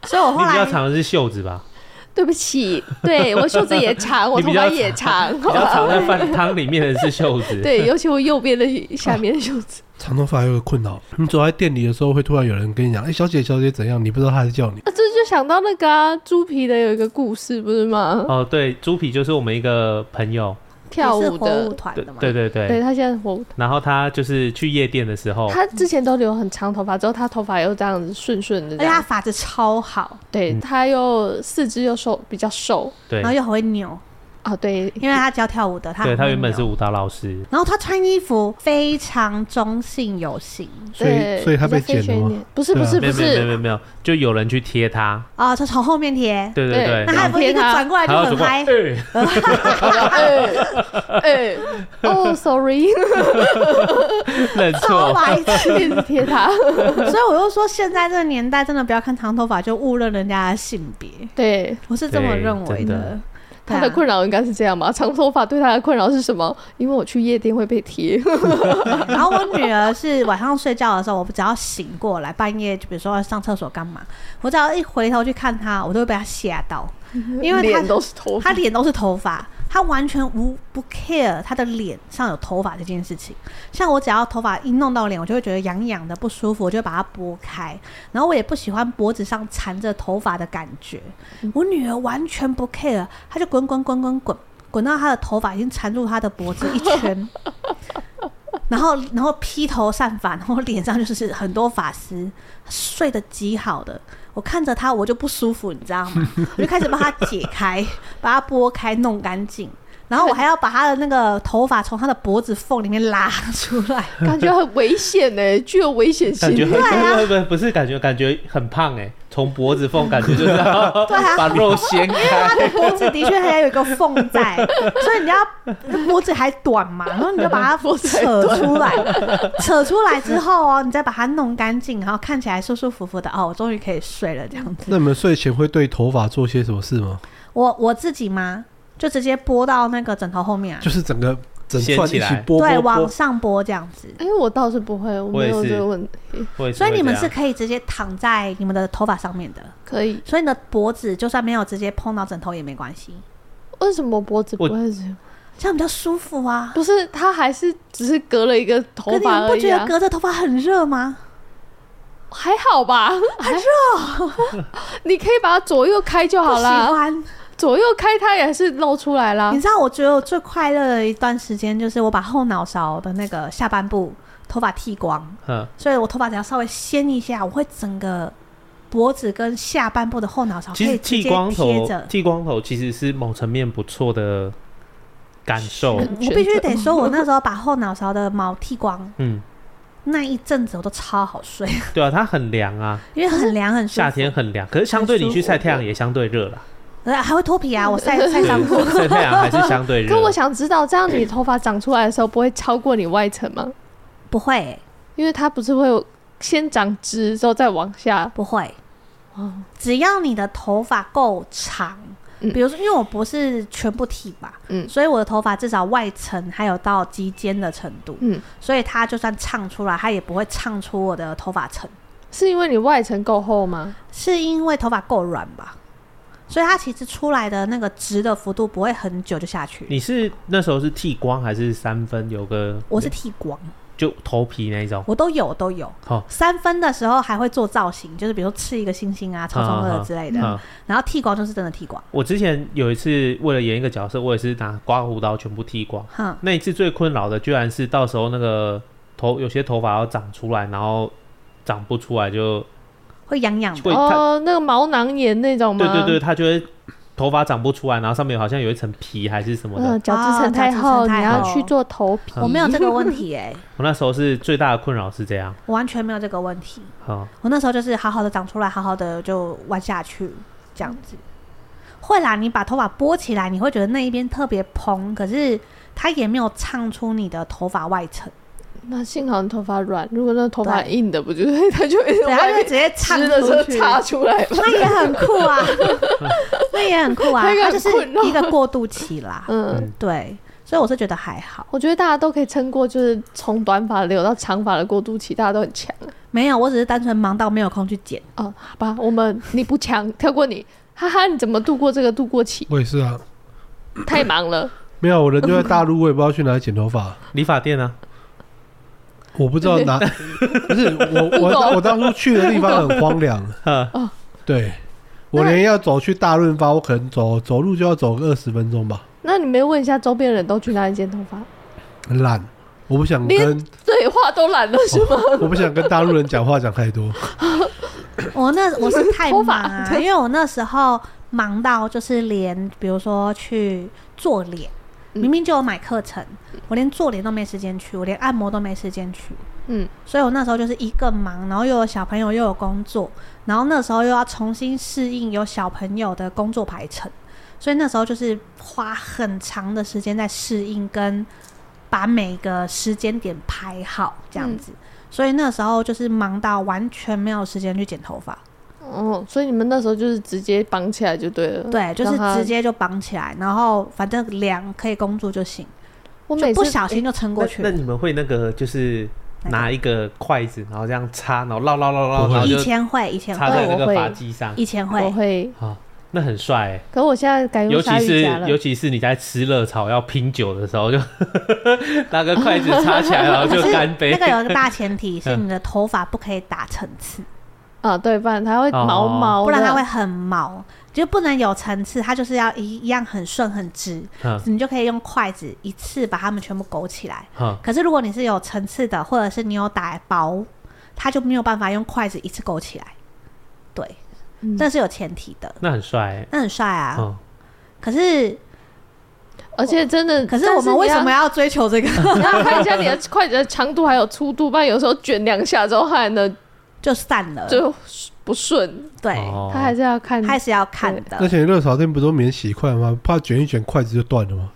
Speaker 2: 所以我
Speaker 4: 你
Speaker 2: 后
Speaker 4: 比较
Speaker 2: 来
Speaker 4: 长的是袖 子吧？
Speaker 3: 对不起，对我袖子也 长，我
Speaker 4: 你
Speaker 3: 头
Speaker 4: 比较
Speaker 3: 发也长，
Speaker 4: 比较长在饭汤里面的是袖 子。
Speaker 3: 对，尤其我右边的下面的袖 子。
Speaker 1: 长头发有个困扰。你走在店里的时候，会突然有人跟你讲：“哎、小姐，小姐怎样？”你不知道他在叫你。
Speaker 3: 啊，这就想到那个啊，猪皮的有一个故事，不是吗？
Speaker 4: 哦，对，猪皮就是我们一个朋友，
Speaker 3: 跳
Speaker 2: 你是
Speaker 3: 舞
Speaker 2: 火舞
Speaker 3: 的，
Speaker 2: 团
Speaker 4: 对
Speaker 2: 的嘛，
Speaker 4: 对对对。
Speaker 3: 对他现在火舞，
Speaker 4: 然后他就是去夜店的时候，
Speaker 3: 他之前都留很长头发，之后他头发又这样子顺顺的
Speaker 2: 而
Speaker 3: 这
Speaker 2: 且他
Speaker 3: 样，
Speaker 2: 发质超好，
Speaker 3: 对，
Speaker 4: 嗯
Speaker 3: 他又四肢又瘦，比较瘦
Speaker 4: 对
Speaker 2: 然后又很会扭，
Speaker 3: 啊，对，
Speaker 2: 因为他教跳舞的，他
Speaker 4: 对
Speaker 2: 很会
Speaker 4: 他原本
Speaker 2: 扭
Speaker 4: 是舞蹈老师，
Speaker 2: 然后他穿衣服非常中性有型
Speaker 1: 所以，
Speaker 3: 对
Speaker 1: 所以他被
Speaker 3: 比
Speaker 1: 剪
Speaker 3: 较
Speaker 1: 了
Speaker 3: 飞旋一
Speaker 1: 吗？
Speaker 3: 点不是
Speaker 1: 对
Speaker 3: 不
Speaker 1: 啊
Speaker 3: 是
Speaker 4: 没
Speaker 3: 不
Speaker 4: 有没有没
Speaker 3: 是，
Speaker 4: 有没有，就有人去贴他，
Speaker 2: 啊，他从后面贴，
Speaker 4: 对对
Speaker 3: 对
Speaker 4: 对，
Speaker 2: 那他
Speaker 4: 然
Speaker 2: 也
Speaker 4: 后
Speaker 2: 不是一个
Speaker 3: 贴他
Speaker 2: 转过来就
Speaker 4: 他
Speaker 2: 很
Speaker 4: 就过
Speaker 2: 嗨
Speaker 4: 来，，哎
Speaker 3: 哎 哎，哦，sorry，
Speaker 4: 认
Speaker 2: 超
Speaker 4: 错，
Speaker 2: 白痴。
Speaker 3: 一直贴他，
Speaker 2: 所以我又说，现在这个年代真的不要看长头发就误认人家的性别，
Speaker 3: 对，
Speaker 2: 我是这么
Speaker 4: 对
Speaker 2: 认为
Speaker 4: 真的
Speaker 2: 的。
Speaker 3: 他的
Speaker 2: 对啊
Speaker 3: 困扰应该是这样吧？长头发对他的困扰是什么？因为我去夜店会被贴，
Speaker 2: 然后我女儿是晚上睡觉的时候，我只要醒过来，半夜就比如说上厕所干嘛，我只要一回头去看她，我都会被她吓到，因为她
Speaker 3: 脸都是头发
Speaker 2: 她， 脸都是头发，她完全无不 care 她的脸上有头发这件事情。像我只要头发一弄到脸，我就会觉得痒痒的不舒服，我就会把它拨开。然后我也不喜欢脖子上缠着头发的感觉。我女儿完全不 care，她就滚滚滚滚滚滚到她的头发已经缠住她的脖子一圈。 然后，然后披头散发，然后脸上就是很多发丝，睡得极好的。我看着她，我就不舒服，你知道吗？我就开始把它解开，把它拨开，弄干净。然后我还要把她的那个头发从她的脖子缝里面拉出来，
Speaker 3: 感觉很危险呢，具有危险性
Speaker 4: 感。觉很
Speaker 2: 啊
Speaker 4: 不不不不是感觉感觉很胖哎，从脖子缝感觉就是 要
Speaker 2: 啊
Speaker 4: 把肉掀开，
Speaker 2: 他的脖子的确还有一个缝在，所以你要脖子还短嘛，然后你就把它
Speaker 3: 脖子还
Speaker 2: 扯出来，扯出来之后哦，你再把它弄干净，然后看起来舒舒服服的哦，我终于可以睡了这样子。
Speaker 1: 那你们睡前会对头发做些什么事吗？
Speaker 2: 我我自己吗？就直接拨到那个枕头后面啊
Speaker 1: 就，是整个整串一
Speaker 4: 掀起
Speaker 1: 起
Speaker 4: 来
Speaker 1: 拨
Speaker 2: 对，
Speaker 1: 拨
Speaker 2: 往
Speaker 1: 拨，
Speaker 2: 上拨这样子。
Speaker 3: 哎，我倒是不会，我没有
Speaker 4: 我也是
Speaker 3: 这个问题，
Speaker 4: 我也是
Speaker 2: 所以
Speaker 4: 会
Speaker 2: 你们
Speaker 4: 这
Speaker 2: 是
Speaker 4: 样
Speaker 2: 可以直接躺在你们的头发上面的，
Speaker 3: 可以。
Speaker 2: 所以你的脖子就算没有直接碰到枕头也没关系，
Speaker 3: 为什么脖子不
Speaker 4: 我
Speaker 3: 会这样？
Speaker 2: 这样比较舒服啊。
Speaker 3: 不是，他还是只是隔了一个头
Speaker 2: 可你
Speaker 3: 发
Speaker 2: 们
Speaker 3: 而
Speaker 2: 不觉
Speaker 3: 已、
Speaker 2: 得
Speaker 3: 啊，
Speaker 2: 隔着头发很热吗？
Speaker 3: 还好吧？还热， 你可以把它左右开就好
Speaker 2: 啊不喜
Speaker 3: 啦，
Speaker 2: 欢。
Speaker 3: 左右开它也是露出来啦
Speaker 2: 你。知道，我觉得我最快乐的一段时间就是我把后脑勺的那个下半部头发剃光，
Speaker 4: 嗯，
Speaker 2: 所以我头发只要稍微掀一下，我会整个不脖子跟下半部的后脑勺哦可
Speaker 4: 其实
Speaker 2: 以直
Speaker 4: 剃
Speaker 2: 接
Speaker 4: 光
Speaker 2: 贴
Speaker 4: 头
Speaker 2: 着，。
Speaker 4: 剃光头其实是某层面不错的感受。
Speaker 3: 是
Speaker 2: 我必须得说，我那时候把后脑勺的毛剃光，
Speaker 4: 嗯，
Speaker 2: 那一阵子我都超好睡，
Speaker 4: 对啊，它很凉啊，
Speaker 2: 因为很凉很舒服，
Speaker 4: 夏天很凉，可是相对你去晒太阳也相对 热啦。
Speaker 2: 呃还会脱皮啊，我 晒晒
Speaker 4: 对
Speaker 2: 伤口。
Speaker 4: 晒太阳还是相对热。
Speaker 3: 可我想知道，这样你头发长出来的时候不会超过你外层吗？
Speaker 2: 不会、
Speaker 3: 因为它不是会有先长直之后再往下。
Speaker 2: 不会，
Speaker 3: 哦，
Speaker 2: 只要你的头发够长，
Speaker 3: 嗯
Speaker 2: 比如说，因为我不是全部剃嘛，
Speaker 3: 嗯
Speaker 2: 所以我的头发至少外层还有到及肩的程度，
Speaker 3: 嗯，
Speaker 2: 所以它就算唱出来，它也不会唱出我的头发层，
Speaker 3: 是因为你外层够厚吗？
Speaker 2: 是因为头发够软吧？所以它其实出来的那个直的幅度不会很久就下去。
Speaker 4: 你是那时候是剃光还是三分？有个
Speaker 2: 我是剃光，
Speaker 4: 就头皮那一种。
Speaker 2: 我都有都有。
Speaker 4: 好
Speaker 2: 三分的时候还会做造型，就是比如说刺一个星星啊、超中二之类的。
Speaker 4: 嗯，
Speaker 2: 然后剃光就是真的剃光，
Speaker 4: 我之前有一次为了演一个角色，我也是拿刮胡刀全部剃光。
Speaker 2: 哼，
Speaker 4: 那一次最困扰的，居然是到时候那个头有些头发要长出来，然后长不出来就
Speaker 2: 会痒痒的
Speaker 4: 会。它
Speaker 3: 哦，那个毛囊炎那种吗？
Speaker 4: 对对对，它就会头发长不出来，然后上面好像有一层皮还是什么的。
Speaker 3: 嗯，角质层太
Speaker 2: 哦角
Speaker 3: 厚，
Speaker 2: 质层
Speaker 3: 你
Speaker 2: 太
Speaker 3: 要
Speaker 2: 厚
Speaker 3: 去做头皮。
Speaker 4: 嗯
Speaker 2: 我没有这个问题哎、
Speaker 4: 我那时候是最大的困扰是这样。
Speaker 2: 我完全没有这个问题。
Speaker 4: 好，
Speaker 2: 我那时候就是好好的长出来，好好的就弯下去这样子。会啦，你把头发拨起来，你会觉得那一边特别蓬，可是它也没有唱出你的头发外层，
Speaker 3: 那幸好你头发软，如果那头发
Speaker 2: 对
Speaker 3: 硬的，不就是它就会
Speaker 2: 对，它就直接唱
Speaker 3: 直的时候
Speaker 2: 出去，
Speaker 3: 插出来吧。
Speaker 2: 那也很酷 啊，那也很酷啊，
Speaker 3: 那个
Speaker 2: 它
Speaker 3: 很
Speaker 2: 就是
Speaker 3: 困扰
Speaker 2: 一个过渡期啦，
Speaker 3: 嗯
Speaker 4: 嗯，
Speaker 2: 对，所以我是觉得还好。
Speaker 3: 我觉得大家都可以撑过，就是从短发留到长发的过渡期，大家都很强。
Speaker 2: 没有，我只是单纯忙到没有空去剪。
Speaker 3: 哦，好吧，我们你不强，跳过你， 哈哈，你怎么度过这个度过 期？
Speaker 1: 我也是啊，
Speaker 3: 太忙了，
Speaker 1: 没有，我人就在大陆，我也不知道去哪里剪头发，
Speaker 4: 理发店呢、
Speaker 1: 我不知道哪，不是我
Speaker 3: 不
Speaker 1: 我
Speaker 3: 懂
Speaker 1: 我当初去的地方很荒凉，
Speaker 4: 啊？
Speaker 1: 对我连要走去大润发，我可能走走路就要走个二十分钟吧，
Speaker 3: 那你没问一下周边人都去哪里剪头发？
Speaker 1: 很懒，我不想
Speaker 3: 连
Speaker 1: 跟
Speaker 3: 对话都懒了是吗？
Speaker 1: 我不想跟大陆人讲话讲太多，
Speaker 2: 我那我是太
Speaker 3: 头
Speaker 2: 忙
Speaker 3: 发
Speaker 2: 啊，因为我那时候忙到就是连，比如说去做脸，
Speaker 3: 嗯
Speaker 2: 明明就有买课程，我连做脸都没时间去，我连按摩都没时间去，
Speaker 3: 嗯，
Speaker 2: 所以我那时候就是一个忙，然后又有小朋友又有工作，然后那时候又要重新适应有小朋友的工作排程，所以那时候就是花很长的时间在适应跟把每个时间点排好这样
Speaker 3: 嗯
Speaker 2: 子。所以那时候就是忙到完全没有时间去剪头发，
Speaker 3: 哦，所以你们那时候就是直接绑起来就对了。，
Speaker 2: 对，就是
Speaker 3: 嗯让它
Speaker 2: 直接就绑起来，然后反正量可以工作就行，
Speaker 3: 我
Speaker 2: 就
Speaker 3: 每次
Speaker 2: 不小心就撑过
Speaker 4: 那
Speaker 2: 去
Speaker 4: 那
Speaker 2: 了。
Speaker 4: 你们会那个就是拿一个筷子，然后这样插，然后绕绕绕绕，
Speaker 1: 不会
Speaker 4: 然后
Speaker 2: 以
Speaker 4: 就
Speaker 2: 前会，以前
Speaker 4: 插在
Speaker 2: 会，
Speaker 4: 那
Speaker 3: 我
Speaker 4: 个
Speaker 3: 会
Speaker 4: 发髻上。
Speaker 2: 以前
Speaker 3: 哎我
Speaker 2: 会，
Speaker 3: 会，
Speaker 4: 啊，那很帅、欸。
Speaker 3: 可我现在改
Speaker 4: 尤
Speaker 3: 用
Speaker 4: 其
Speaker 3: 鲨
Speaker 4: 是
Speaker 3: 鱼夹了
Speaker 4: 尤。其是你在吃热炒要拼酒的时候，就 拿个筷子插起来，然后
Speaker 2: 可
Speaker 4: 就是干杯
Speaker 2: 那。个有一个大前
Speaker 4: 嗯
Speaker 2: 提是你的头发不可以打层次，
Speaker 3: 啊，对，不然它会
Speaker 4: 哦
Speaker 3: 毛毛的，
Speaker 2: 不然它会很毛，就不能有层次，它就是要一一样很顺很直，
Speaker 4: 嗯
Speaker 2: 你就可以用筷子一次把它们全部勾起来。
Speaker 4: 嗯
Speaker 2: 可是如果你是有层次的，或者是你有打薄，它就没有办法用筷子一次勾起来。对，
Speaker 3: 嗯
Speaker 2: 那是有前提的，
Speaker 4: 那很帅、欸。
Speaker 2: 那很帅啊。
Speaker 4: 嗯，
Speaker 2: 可是，
Speaker 3: 而且真的，
Speaker 2: 可是
Speaker 3: 但
Speaker 2: 我们为
Speaker 3: 你要
Speaker 2: 什么要追求这 个？
Speaker 3: 你要看一下你的筷子的长度还有粗度，不然有时候卷两下之后，它还能
Speaker 2: 就散了，
Speaker 3: 就不顺，
Speaker 2: 对，
Speaker 4: 哦
Speaker 3: 它还是要看。
Speaker 2: 欸还是要看
Speaker 1: 而
Speaker 2: 的。
Speaker 1: 且热炒店不都免洗筷吗？怕卷一卷筷子就断了吗？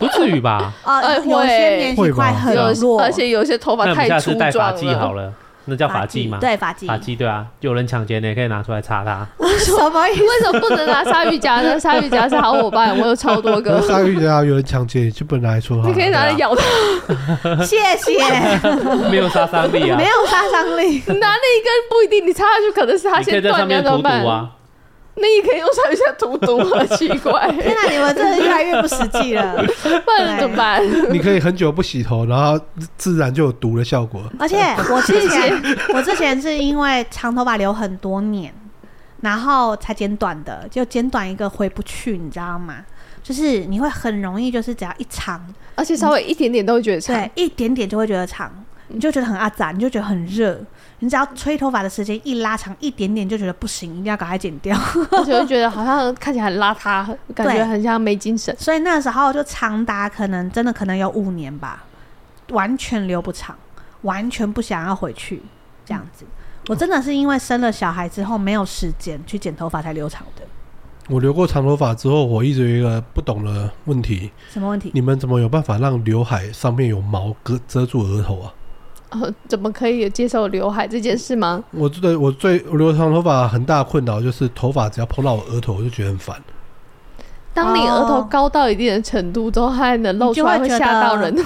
Speaker 4: 不至于 吧？
Speaker 2: 哦，
Speaker 3: 哎
Speaker 2: 有
Speaker 3: 会
Speaker 2: 些免洗
Speaker 1: 会
Speaker 2: 块
Speaker 1: 吧
Speaker 2: 很
Speaker 3: 有
Speaker 2: 弱，
Speaker 3: 而且有些头
Speaker 4: 那
Speaker 3: 发
Speaker 4: 我们
Speaker 3: 太
Speaker 4: 下
Speaker 3: 粗
Speaker 4: 次戴发
Speaker 3: 壮
Speaker 4: 髻好了，那叫发髻吗？
Speaker 2: 对，发髻
Speaker 4: 发。髻对啊，有人抢劫你也可以拿出来插它。
Speaker 2: 什么意思？
Speaker 3: 为什么不能拿鲨鱼夹呢？鲨鱼夹是好伙伴，我有超多
Speaker 1: 可
Speaker 3: 个
Speaker 1: 是，鲨鱼只要啊有人抢劫，你就不能拿来说话
Speaker 3: 你。可以拿来咬它，
Speaker 2: 谢谢，
Speaker 4: 没有杀伤力 啊
Speaker 2: 没，有杀伤 力。
Speaker 3: 你拿那一根不一定，你插下去可能是它
Speaker 4: 你可以
Speaker 3: 先
Speaker 4: 在上
Speaker 3: 断掉
Speaker 4: 面
Speaker 3: 怎
Speaker 4: 涂
Speaker 3: 么
Speaker 4: 毒
Speaker 3: 办？
Speaker 4: 啊。
Speaker 3: 那你可以用鲨鱼夹涂毒，很奇 怪，
Speaker 2: 天哪，你们真的越来越不实际了。
Speaker 3: 不然怎么办？
Speaker 1: 你可以很久不洗头，然后自然就有毒的效果。
Speaker 2: 而且我之前，我之前是因为长头发留很多年，然后才剪短的，就剪短一个回不去，你知道吗？就是你会很容易，就是只要一长，
Speaker 3: 而且稍微一点点都会觉得长
Speaker 2: 对，，一点点就会觉得长。你就觉得很阿杂，你就觉得很热。你只要吹头发的时间一拉长一点点，就觉得不行，一定要赶快剪掉。
Speaker 3: 而且会觉得好像看起来很邋遢，感觉很像没精神。
Speaker 2: 所以那时候就长达可能真的可能有五年吧，完全留不长，完全不想要回去这样子。我真的是因为生了小孩之后没有时间去剪头发才留长的。
Speaker 1: 我留过长头发之后，我一直有一个不懂的问题：
Speaker 2: 什么问题？
Speaker 1: 你们怎么有办法让刘海上面有毛遮遮住额头啊？
Speaker 3: 呃，怎么可以接受刘海这件事吗？
Speaker 1: 我觉得我最我留长头发很大的困扰就是头发只要碰到我额头，我就觉得很烦。
Speaker 3: 当你
Speaker 2: 哦
Speaker 3: 额头高到一定的程度之后，它还能露
Speaker 2: 你就
Speaker 3: 出来，
Speaker 2: 会
Speaker 3: 会
Speaker 2: 觉
Speaker 3: 吓
Speaker 2: 得
Speaker 3: 到人。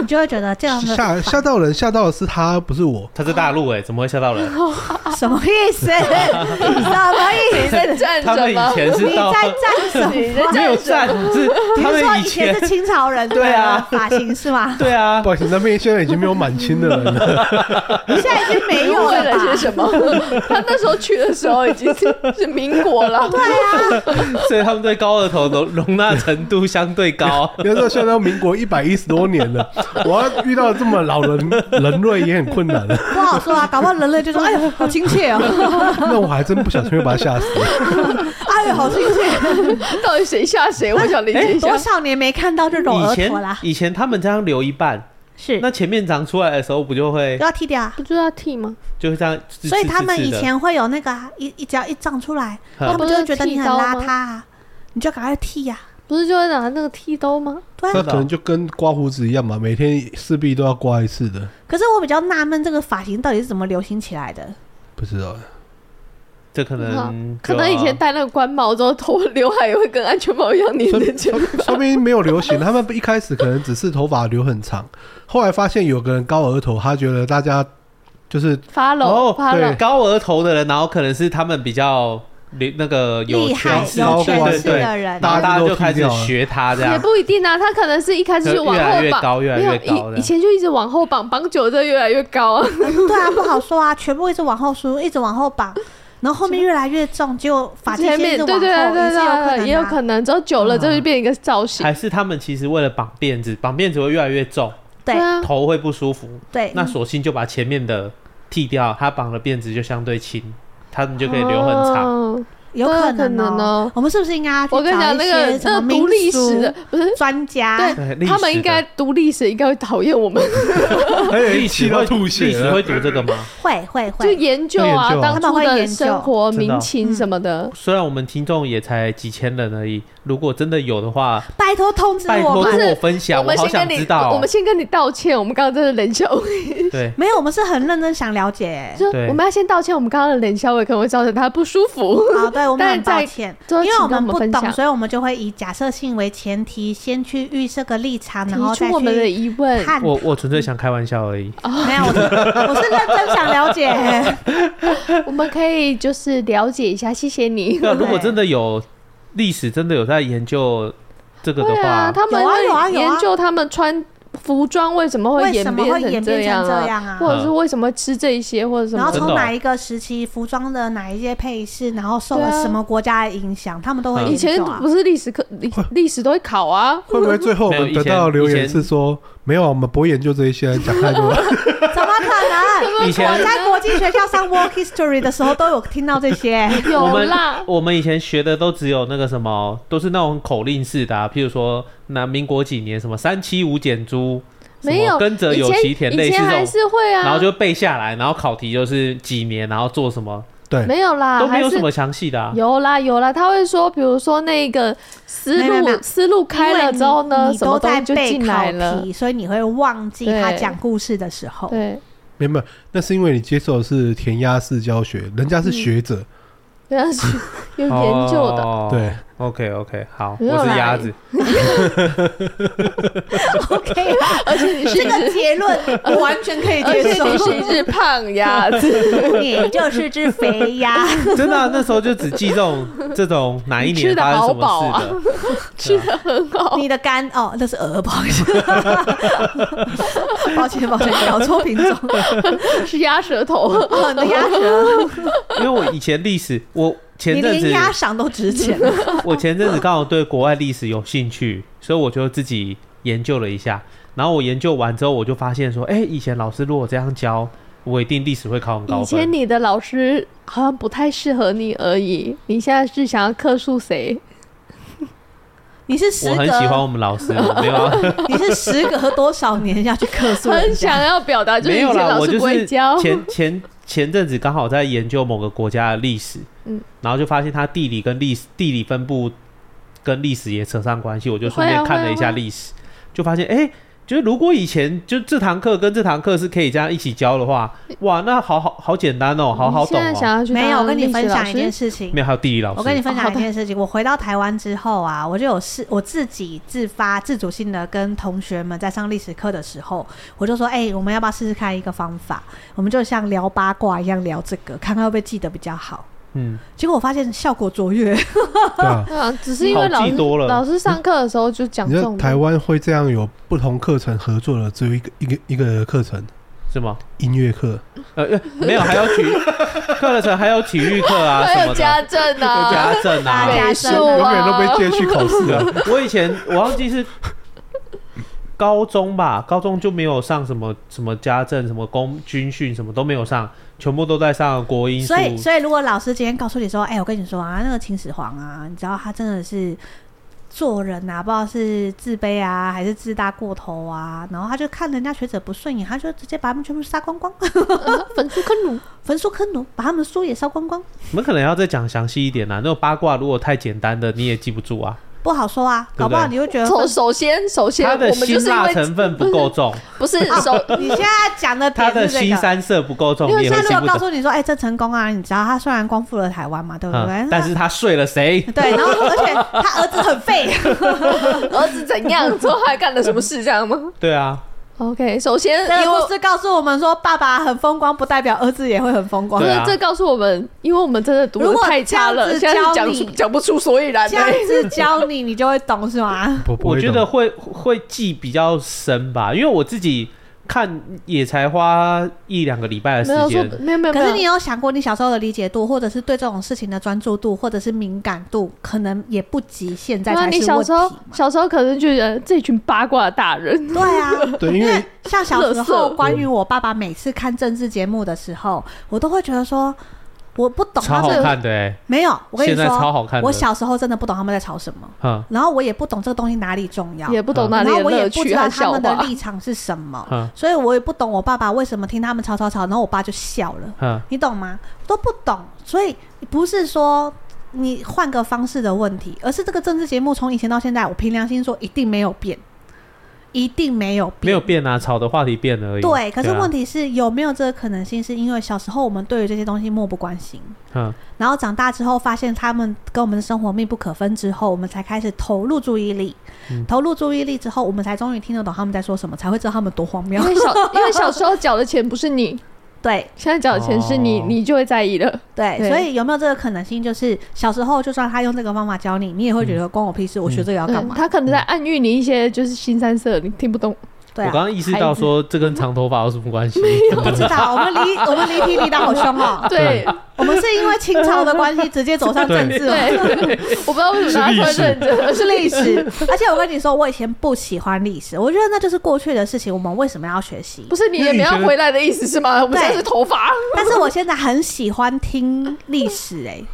Speaker 2: 你就会觉得这样的
Speaker 1: 吓吓到人，吓到的是他，不是我。
Speaker 4: 他在大陆哎、怎么会吓 到人？
Speaker 2: 什么意思？什么意思？
Speaker 3: 站
Speaker 4: 他们
Speaker 3: 着吗
Speaker 4: 以？前
Speaker 2: 你
Speaker 4: 是到
Speaker 2: 在站什么？
Speaker 3: 你在
Speaker 4: 没有
Speaker 3: 站着？
Speaker 4: 站，是
Speaker 2: 你
Speaker 4: 他
Speaker 2: 是说
Speaker 4: 们
Speaker 2: 以
Speaker 4: 以
Speaker 2: 前
Speaker 4: 前
Speaker 2: 是清朝人
Speaker 4: 对
Speaker 2: 的
Speaker 4: 啊
Speaker 2: 发型是 吗？
Speaker 4: 对啊
Speaker 1: 不，好意思，那边现在已经没有满清的人了。
Speaker 2: 现在已经没
Speaker 3: 你
Speaker 2: 有
Speaker 3: 为
Speaker 2: 了
Speaker 3: 了些
Speaker 2: 吧？
Speaker 3: 什么？ 他那时候去的时候已经是是民 国了。
Speaker 4: 所以他们对高额头容容纳程度相对高。
Speaker 1: 那时候现在都民国一百一十多年了，我要遇到这么老人人类也很困难了。
Speaker 2: 不好说啊，搞不好人类就说：“ 哎呀，好亲切哦，
Speaker 1: 那我还真不小心会把他吓死。
Speaker 2: 哎呀，好亲切。
Speaker 3: 到底谁吓谁？我想理解一下
Speaker 2: 哎多。少年没看到这种额
Speaker 4: 以前
Speaker 2: 头啦，
Speaker 4: 以前他们这样留一半，
Speaker 2: 是
Speaker 4: 那前面长出来的时候不就会
Speaker 2: 都要剃掉啊。
Speaker 3: 不就要剃吗？
Speaker 4: 就会这样刺？
Speaker 2: 所以他们
Speaker 4: 刺
Speaker 2: 以
Speaker 4: 刺的
Speaker 2: 前会有那个啊一一只要一长出来，
Speaker 4: 嗯
Speaker 2: 他们就会觉得你很邋
Speaker 3: 不是剃刀
Speaker 2: 遢，啊，你就赶快剃呀。
Speaker 3: 不是就会拿那个剃刀吗？
Speaker 2: 对 啊
Speaker 1: 那可能就跟刮胡子一样嘛，每天势必都要刮一次的。
Speaker 2: 可是我比较纳闷，这个发型到底是怎么流行起来的？
Speaker 1: 不知道，
Speaker 4: 这可
Speaker 3: 好
Speaker 2: 嗯
Speaker 4: 能
Speaker 3: 可
Speaker 4: 就啊
Speaker 3: 能以前
Speaker 4: 要
Speaker 3: 戴那个官帽之后，头刘海也会跟安全帽一样粘
Speaker 1: 说
Speaker 3: 在前 面。
Speaker 1: 说明没有流行。他们一开始可能只是头发留很长，后来发现有个人高额头，他觉得大家就是
Speaker 3: 发
Speaker 4: 哦
Speaker 3: 了，发
Speaker 1: 对
Speaker 3: 了。
Speaker 4: 高额头的人，然后可能是他们比较流那个有
Speaker 2: 厉害
Speaker 4: 权势，
Speaker 2: 有
Speaker 1: 权
Speaker 4: 对
Speaker 2: 权
Speaker 4: 对
Speaker 2: 势
Speaker 4: 对，
Speaker 2: 的人，
Speaker 4: 然后大家
Speaker 1: 大家都
Speaker 4: 就开
Speaker 1: 剃
Speaker 4: 始
Speaker 1: 掉了
Speaker 4: 学他这
Speaker 3: 也
Speaker 4: 样，
Speaker 3: 不一定啊，他可能是一开始是往
Speaker 4: 越来
Speaker 3: 后
Speaker 4: 越
Speaker 3: 绑，
Speaker 4: 高，越来
Speaker 3: 没有
Speaker 4: 越高
Speaker 3: 以以
Speaker 4: 的。
Speaker 3: 前就一直往后绑，绑久了就越来越高 啊。
Speaker 2: 对啊，不好说啊，全部一直往后梳，一直往后绑，然后后面越来越重，结果发际
Speaker 3: 前
Speaker 2: 线一
Speaker 3: 面
Speaker 2: 直
Speaker 3: 对
Speaker 2: 往
Speaker 3: 对
Speaker 2: 后，
Speaker 3: 对对
Speaker 2: 也
Speaker 3: 对，
Speaker 2: 是
Speaker 3: 也
Speaker 2: 有
Speaker 3: 有
Speaker 2: 可能啊。
Speaker 3: 可能，之后久了就会变一个造型。
Speaker 4: 还是他们其实为了绑辫子，绑辫子会越来越重，
Speaker 2: 对
Speaker 3: 啊，
Speaker 4: 头会不舒服。
Speaker 2: 对，
Speaker 4: 那索性就把前面的剃掉，他绑的辫子就相对轻，他们就可以留很长。
Speaker 3: 哦
Speaker 2: 有可
Speaker 3: 对有可能
Speaker 2: 哦
Speaker 3: 哦。
Speaker 2: 我们是不是应该去
Speaker 3: 我跟你
Speaker 2: 找
Speaker 3: 讲，
Speaker 2: 一
Speaker 3: 那个
Speaker 2: 些什么
Speaker 3: 那个读
Speaker 2: 民
Speaker 3: 历史
Speaker 2: 俗
Speaker 3: 的不是
Speaker 2: 专家？
Speaker 4: 对
Speaker 3: 对，他们应该读历史，应该会讨厌我们，
Speaker 1: 而且
Speaker 4: 哎历史会历史会读这个吗？
Speaker 2: 会会
Speaker 3: 就
Speaker 2: 会，
Speaker 3: 研究
Speaker 1: 会研
Speaker 3: 啊
Speaker 1: 究啊
Speaker 3: 当
Speaker 2: 他们
Speaker 3: 初
Speaker 2: 会
Speaker 3: 的
Speaker 2: 研究
Speaker 3: 生活
Speaker 4: 真的
Speaker 3: 民
Speaker 4: 哦
Speaker 3: 情什么的。
Speaker 4: 虽然我们听众也才几千人而已，如果真的有的话，
Speaker 2: 拜托通知
Speaker 4: 拜
Speaker 2: 我
Speaker 4: 托
Speaker 2: 们。
Speaker 4: 跟我分享，我
Speaker 3: 们
Speaker 4: 好
Speaker 3: 先
Speaker 4: 想
Speaker 3: 跟
Speaker 4: 知
Speaker 3: 你，
Speaker 4: 道。哦
Speaker 3: 我们先跟你道歉，我们刚刚真的 冷笑话，
Speaker 4: 对
Speaker 2: 没有，我们是很认真想了解。
Speaker 3: 就
Speaker 4: 对
Speaker 3: 我们要先道歉，我们刚刚的冷笑话可能会造成他不舒服。
Speaker 2: 好，对我们
Speaker 3: 但
Speaker 2: 很
Speaker 3: 是在
Speaker 2: 抱歉，
Speaker 3: 之
Speaker 2: 因
Speaker 3: 后
Speaker 2: 为
Speaker 3: 请
Speaker 2: 我
Speaker 3: 跟
Speaker 2: 们
Speaker 3: 我们
Speaker 2: 不
Speaker 3: 分
Speaker 2: 懂，
Speaker 3: 享
Speaker 2: 所以我们就会以假设性为前提，先去预设个立场，然后
Speaker 3: 提
Speaker 2: 再
Speaker 3: 出我们的
Speaker 2: 去
Speaker 3: 疑问，
Speaker 2: 探。
Speaker 4: 我我纯粹想开玩笑而已。
Speaker 2: 没有，我是我是认真想了解。
Speaker 3: 我们可以就是了解一下，谢谢 你。
Speaker 4: 那如果真的有历史真的有在研究这个的
Speaker 3: 对啊，
Speaker 4: 话，
Speaker 3: 他们
Speaker 2: 有啊有啊
Speaker 3: 会
Speaker 2: 有啊
Speaker 3: 研究他们穿服装为什么会
Speaker 2: 为
Speaker 3: 演
Speaker 2: 什么会
Speaker 3: 变
Speaker 2: 演
Speaker 3: 成
Speaker 2: 变
Speaker 3: 样
Speaker 2: 成这
Speaker 3: 啊，
Speaker 2: 样啊？
Speaker 3: 或者是为什么会吃这些，或者什
Speaker 2: 然
Speaker 3: 么
Speaker 2: 后
Speaker 4: 真
Speaker 3: 的。
Speaker 4: 的
Speaker 2: 从
Speaker 4: 哦
Speaker 2: 哪一个时期服装的哪一些配饰，然后受了
Speaker 3: 对啊
Speaker 2: 什么国家的影响，他们都会
Speaker 4: 嗯
Speaker 3: 以
Speaker 2: 研
Speaker 3: 前
Speaker 2: 究啊。
Speaker 3: 不是历史课，历历史都会考啊。
Speaker 1: 会不会最后我们得到的留言是说没有，我们不会研究这一些，讲太多了。
Speaker 2: 怎么 可能？
Speaker 4: 以前
Speaker 2: 我在国际学校上 Work History 的时候都有听到这些。
Speaker 4: 我
Speaker 3: 有
Speaker 4: 们
Speaker 3: 啊啦，
Speaker 4: 我们以前学的都只有那个什么，都是那种口令式的、啊，譬如说那民国几年什么三七五减租，什么
Speaker 3: 没有
Speaker 4: 跟着
Speaker 3: 以
Speaker 4: 有
Speaker 3: 前
Speaker 4: 其田类
Speaker 3: 以
Speaker 4: 似
Speaker 3: 前
Speaker 4: 这
Speaker 3: 还
Speaker 4: 种，
Speaker 3: 是会啊，
Speaker 4: 然后就背下来，然后考题就是几年，然后做什么
Speaker 1: 对，
Speaker 3: 没有啦，
Speaker 4: 都没
Speaker 3: 啊
Speaker 4: 有
Speaker 3: 还是
Speaker 4: 什么详细的、啊。
Speaker 3: 有啦有啦，他会说，比如说那个思
Speaker 2: 没有没有
Speaker 3: 路思路 开了之后
Speaker 2: 因为
Speaker 3: 呢，
Speaker 2: 你
Speaker 3: 什
Speaker 2: 都
Speaker 3: 么东
Speaker 2: 在
Speaker 3: 西就
Speaker 2: 背
Speaker 3: 进来
Speaker 2: 考
Speaker 3: 了。
Speaker 2: 题，所以你会忘记
Speaker 3: 对
Speaker 2: 他讲故事的时候。
Speaker 3: 对，
Speaker 1: 没有，没有那是因为你接受的是填鸭式教学，人家是学者，
Speaker 3: 原 来是有研究的。
Speaker 4: 哦
Speaker 1: 对，
Speaker 4: ，OK OK，好，
Speaker 3: 没有
Speaker 4: 我是
Speaker 3: 啦
Speaker 4: 鸭 子，
Speaker 2: OK，
Speaker 3: 而且你是
Speaker 2: 这
Speaker 3: 一
Speaker 2: 个
Speaker 3: 只，
Speaker 2: 结 论我完全可以
Speaker 3: 而
Speaker 2: 接
Speaker 3: 且
Speaker 2: 受。
Speaker 3: 你是一 只胖鸭子，
Speaker 2: 你就是只肥 鸭，
Speaker 4: 真的啊、那时候就只记这种这种哪一
Speaker 3: 你吃
Speaker 4: 年
Speaker 3: 得
Speaker 4: 发生什
Speaker 3: 好饱
Speaker 4: 么
Speaker 3: 啊
Speaker 4: 事 的。
Speaker 3: 吃的很好。
Speaker 2: 你的肝哦，那是鹅，不好意思， 抱歉抱歉，搞错品种，
Speaker 3: 是鸭舌头，
Speaker 2: 哦，你的鸭舌，
Speaker 4: 因为我以前历史，我 前
Speaker 2: 你
Speaker 4: 阵
Speaker 2: 连
Speaker 4: 子
Speaker 2: 鸭赏都值钱，
Speaker 4: 我前阵子刚好对国外历史有兴趣，所以我就自己研究了一下。然后我研究完之后，我就发现说，哎、以前老师如果这样教，我一定历史会考很高
Speaker 3: 以前
Speaker 4: 分。
Speaker 3: 你的老师好像不太适合你而已，你现在是想要克诉谁？
Speaker 2: 你是时
Speaker 4: 我很喜欢
Speaker 2: 隔
Speaker 4: 我们老师，我没有要
Speaker 2: 你是时隔多少年要去克诉人
Speaker 3: 很
Speaker 2: 家？
Speaker 3: 想要表达啊就是以
Speaker 4: 没有
Speaker 3: 前
Speaker 4: 啦，
Speaker 3: 老
Speaker 4: 我
Speaker 3: 师
Speaker 4: 就
Speaker 3: 不会
Speaker 4: 是
Speaker 3: 教，
Speaker 4: 前前前阵子刚好在研究某个国家的历史，
Speaker 3: 嗯
Speaker 4: 然后就发现它地理跟历史地理分布跟历史也扯上关系，我就顺
Speaker 3: 会啊
Speaker 4: 便
Speaker 3: 会啊
Speaker 4: 看了一
Speaker 3: 会
Speaker 4: 下
Speaker 3: 啊
Speaker 4: 历史，就发现哎。诶就是如果以前就这堂课跟这堂课是可以这样一起教的话，哇，那好好好简单哦，好好
Speaker 3: 你
Speaker 4: 懂
Speaker 3: 现在
Speaker 4: 哦。
Speaker 3: 想要去
Speaker 2: 没有，
Speaker 3: 当
Speaker 2: 我跟你
Speaker 3: 历史
Speaker 2: 分
Speaker 3: 老
Speaker 2: 享一
Speaker 3: 师
Speaker 2: 件事情
Speaker 4: 没。有，还有地理老师。
Speaker 2: 我跟你分享
Speaker 3: 好
Speaker 2: 一
Speaker 3: 的
Speaker 2: 件事情，我回到台湾之后啊，我就有试我自己自发自主性的跟同学们在上历史课的时候，我就说，哎、我们要不要试试看一个方法？我们就像聊八卦一样聊这个，看看会不会记得比较好。
Speaker 4: 嗯，
Speaker 2: 结果我发现效果卓越，
Speaker 1: 对啊，
Speaker 3: 对啊，只是因为
Speaker 4: 好
Speaker 3: 老
Speaker 4: 记
Speaker 3: 师
Speaker 4: 多了
Speaker 3: 老师上课的时候就讲
Speaker 1: 你
Speaker 3: 这
Speaker 1: 知道
Speaker 3: 种
Speaker 1: 台湾会这样有不同课程合作的，只有一个一个一个课程，
Speaker 4: 是吗？
Speaker 1: 音乐课。
Speaker 4: 呃，呃没有，还有体育课的时候还有体育 课啊
Speaker 3: 还
Speaker 4: 什
Speaker 3: 有
Speaker 4: 么的，
Speaker 3: 家政啊，
Speaker 4: 家政啊
Speaker 2: 大，家
Speaker 3: 美
Speaker 2: 政
Speaker 3: 术
Speaker 1: 永远
Speaker 3: 啊，
Speaker 1: 都被借去考试
Speaker 4: 对
Speaker 1: 啊
Speaker 4: 啊！我以前我忘记是高中吧，高中就没有上什么什么家政、什么工军训，什么都没有上，全部都在上国音数
Speaker 2: 所。以所以如果老师今天告诉你说，哎、我跟你说啊，那个秦始皇啊，你知道他真的是做人啊，不知道是自卑啊，还是自大过头啊，然后他就看人家学者不顺眼，他就直接把他们全部杀光光，
Speaker 3: 焚书坑儒，
Speaker 2: 焚书坑儒，把他们书也烧光光。
Speaker 4: 你们可能要再讲详细一点啦、啊那种八卦如果太简单的你也记不住啊，
Speaker 2: 不好说啊，
Speaker 4: 对
Speaker 2: 搞
Speaker 4: 不对
Speaker 2: 不好你会觉得
Speaker 3: 首
Speaker 2: 分。
Speaker 3: 首先首先
Speaker 4: 它的
Speaker 3: 我们就
Speaker 4: 辛
Speaker 3: 是因
Speaker 4: 辣
Speaker 3: 为
Speaker 4: 成分不够重，
Speaker 3: 不是首
Speaker 2: 你现在讲的
Speaker 4: 它
Speaker 2: 点
Speaker 4: 的
Speaker 2: 是这
Speaker 4: 西
Speaker 2: 个。
Speaker 4: 山色不够重，
Speaker 2: 因
Speaker 4: 你
Speaker 2: 为
Speaker 4: 也
Speaker 2: 现在如
Speaker 4: 会记
Speaker 2: 果
Speaker 4: 不
Speaker 2: 告
Speaker 4: 得。
Speaker 2: 诉你说，哎、郑成功啊，你知道他虽然光复了台湾嘛，对不对？
Speaker 4: 嗯，但是他睡 了谁？
Speaker 2: 对，然后而且他儿子很 废，
Speaker 3: 儿子怎样，之后还干了什么事，这样吗
Speaker 4: 对啊，
Speaker 3: ？OK，首先
Speaker 2: 这
Speaker 3: 因
Speaker 2: 个
Speaker 3: 为
Speaker 2: 故事告诉我们说，爸爸很风光，不代表儿子也会很风光
Speaker 3: 不
Speaker 4: 对。
Speaker 3: 是
Speaker 4: 啊
Speaker 3: 这告诉我们，因为我们真的读
Speaker 2: 如
Speaker 3: 的
Speaker 2: 果
Speaker 3: 太差了，
Speaker 2: 这
Speaker 3: 现在
Speaker 2: 样
Speaker 3: 是
Speaker 2: 子教
Speaker 3: 讲
Speaker 2: 你
Speaker 3: 出讲不出所以然
Speaker 2: 这样
Speaker 3: 来。
Speaker 2: 子教你，你就会懂是 吗？
Speaker 1: 不不
Speaker 4: 我
Speaker 1: 会
Speaker 4: 觉
Speaker 1: 懂
Speaker 4: 得会会记比较深吧，因为我自己看也才花一两个礼拜的
Speaker 3: 没有
Speaker 4: 时
Speaker 3: 说
Speaker 4: 间，
Speaker 3: 没有没有，
Speaker 2: 可是
Speaker 3: 没
Speaker 2: 你
Speaker 3: 有
Speaker 2: 有想过，你小时候的理解度，或者是对这种事情的专注度，或者是敏感度，可能也不及现在
Speaker 3: 对啊
Speaker 2: 才
Speaker 3: 你
Speaker 2: 是
Speaker 3: 小
Speaker 2: 问
Speaker 3: 时
Speaker 2: 题
Speaker 3: 候
Speaker 2: 嘛。
Speaker 3: 小时候可能觉得呃这群八卦大人，
Speaker 2: 对啊，
Speaker 1: 对，因
Speaker 2: 因
Speaker 1: 为
Speaker 2: 为像小时
Speaker 3: 垃
Speaker 2: 候，
Speaker 3: 圾
Speaker 2: 关于我爸爸每次看政治节目的时候，我都会觉得说，我不懂
Speaker 4: 超
Speaker 2: 他
Speaker 4: 好
Speaker 2: 们
Speaker 4: 看的哎、
Speaker 2: 没有。我跟你
Speaker 4: 现在超
Speaker 2: 说，
Speaker 4: 好看的。
Speaker 2: 我小时候真的不懂他们在吵什么，
Speaker 4: 哼
Speaker 2: 然后我也不懂这个东西哪里重要，
Speaker 3: 也不
Speaker 4: 嗯
Speaker 3: 懂哪
Speaker 2: 然
Speaker 3: 里
Speaker 2: 后
Speaker 3: 的
Speaker 2: 我也
Speaker 3: 乐
Speaker 2: 不
Speaker 3: 趣
Speaker 2: 知道
Speaker 3: 和
Speaker 2: 他
Speaker 3: 笑
Speaker 2: 们的
Speaker 3: 话。
Speaker 2: 立场是什么，
Speaker 4: 哼
Speaker 2: 所以我也不懂我爸爸为什么听他们吵吵吵，然后我爸就笑了，
Speaker 4: 哼，
Speaker 2: 你懂吗？都不懂，所以不是说。你换个方式的问题，而是这个政治节目从以前到现在，我凭良心说一定没有变，一定没有变，
Speaker 4: 没有变啊，炒的话题变了而已。啊
Speaker 2: 对，可是问
Speaker 4: 题，
Speaker 2: 题是、有没有这个可能性？是因为小时候我们对于这些东西漠不关心，
Speaker 4: 嗯，
Speaker 2: 然后长大之后发现他们跟我们的生活密不可分之后，我们才开始投入注意力。
Speaker 4: 嗯
Speaker 2: 投入注意力之后，我们才终于听得懂他们在说什么，才会知道他们多荒谬
Speaker 3: 因。
Speaker 4: 嗯
Speaker 3: 为小 因为小时候缴的钱不是你，
Speaker 2: 对
Speaker 3: 现在缴的钱是你，
Speaker 4: 哦
Speaker 3: 你就会在意了。
Speaker 2: 对，
Speaker 3: 对
Speaker 2: 所以有没有这个可能性？就是小时候就算他用这个方法教你，你也会觉得关我屁事，我学这个要干
Speaker 3: 嗯
Speaker 2: 嘛？
Speaker 3: 他可能在暗喻你一些就是新三色，你听不懂。
Speaker 2: 对
Speaker 4: 我
Speaker 2: 啊，
Speaker 4: 刚刚意识到说这跟长头发有什么 关系？
Speaker 2: 不知 道，我们离我们离题离得好凶哦。
Speaker 3: 对
Speaker 4: 对
Speaker 2: 我们是因为清朝的关系直接 走上政治吗？
Speaker 3: 对，我不知道为什么他会认 真，
Speaker 2: 是 历史。而且我跟你说，我以前不喜欢历史，我觉得那就是过去的事情，我们为什么要学习
Speaker 3: 不？是你也没有回来的意思是吗？我们现在是头发。
Speaker 2: 但是我现在很喜欢听历史、欸，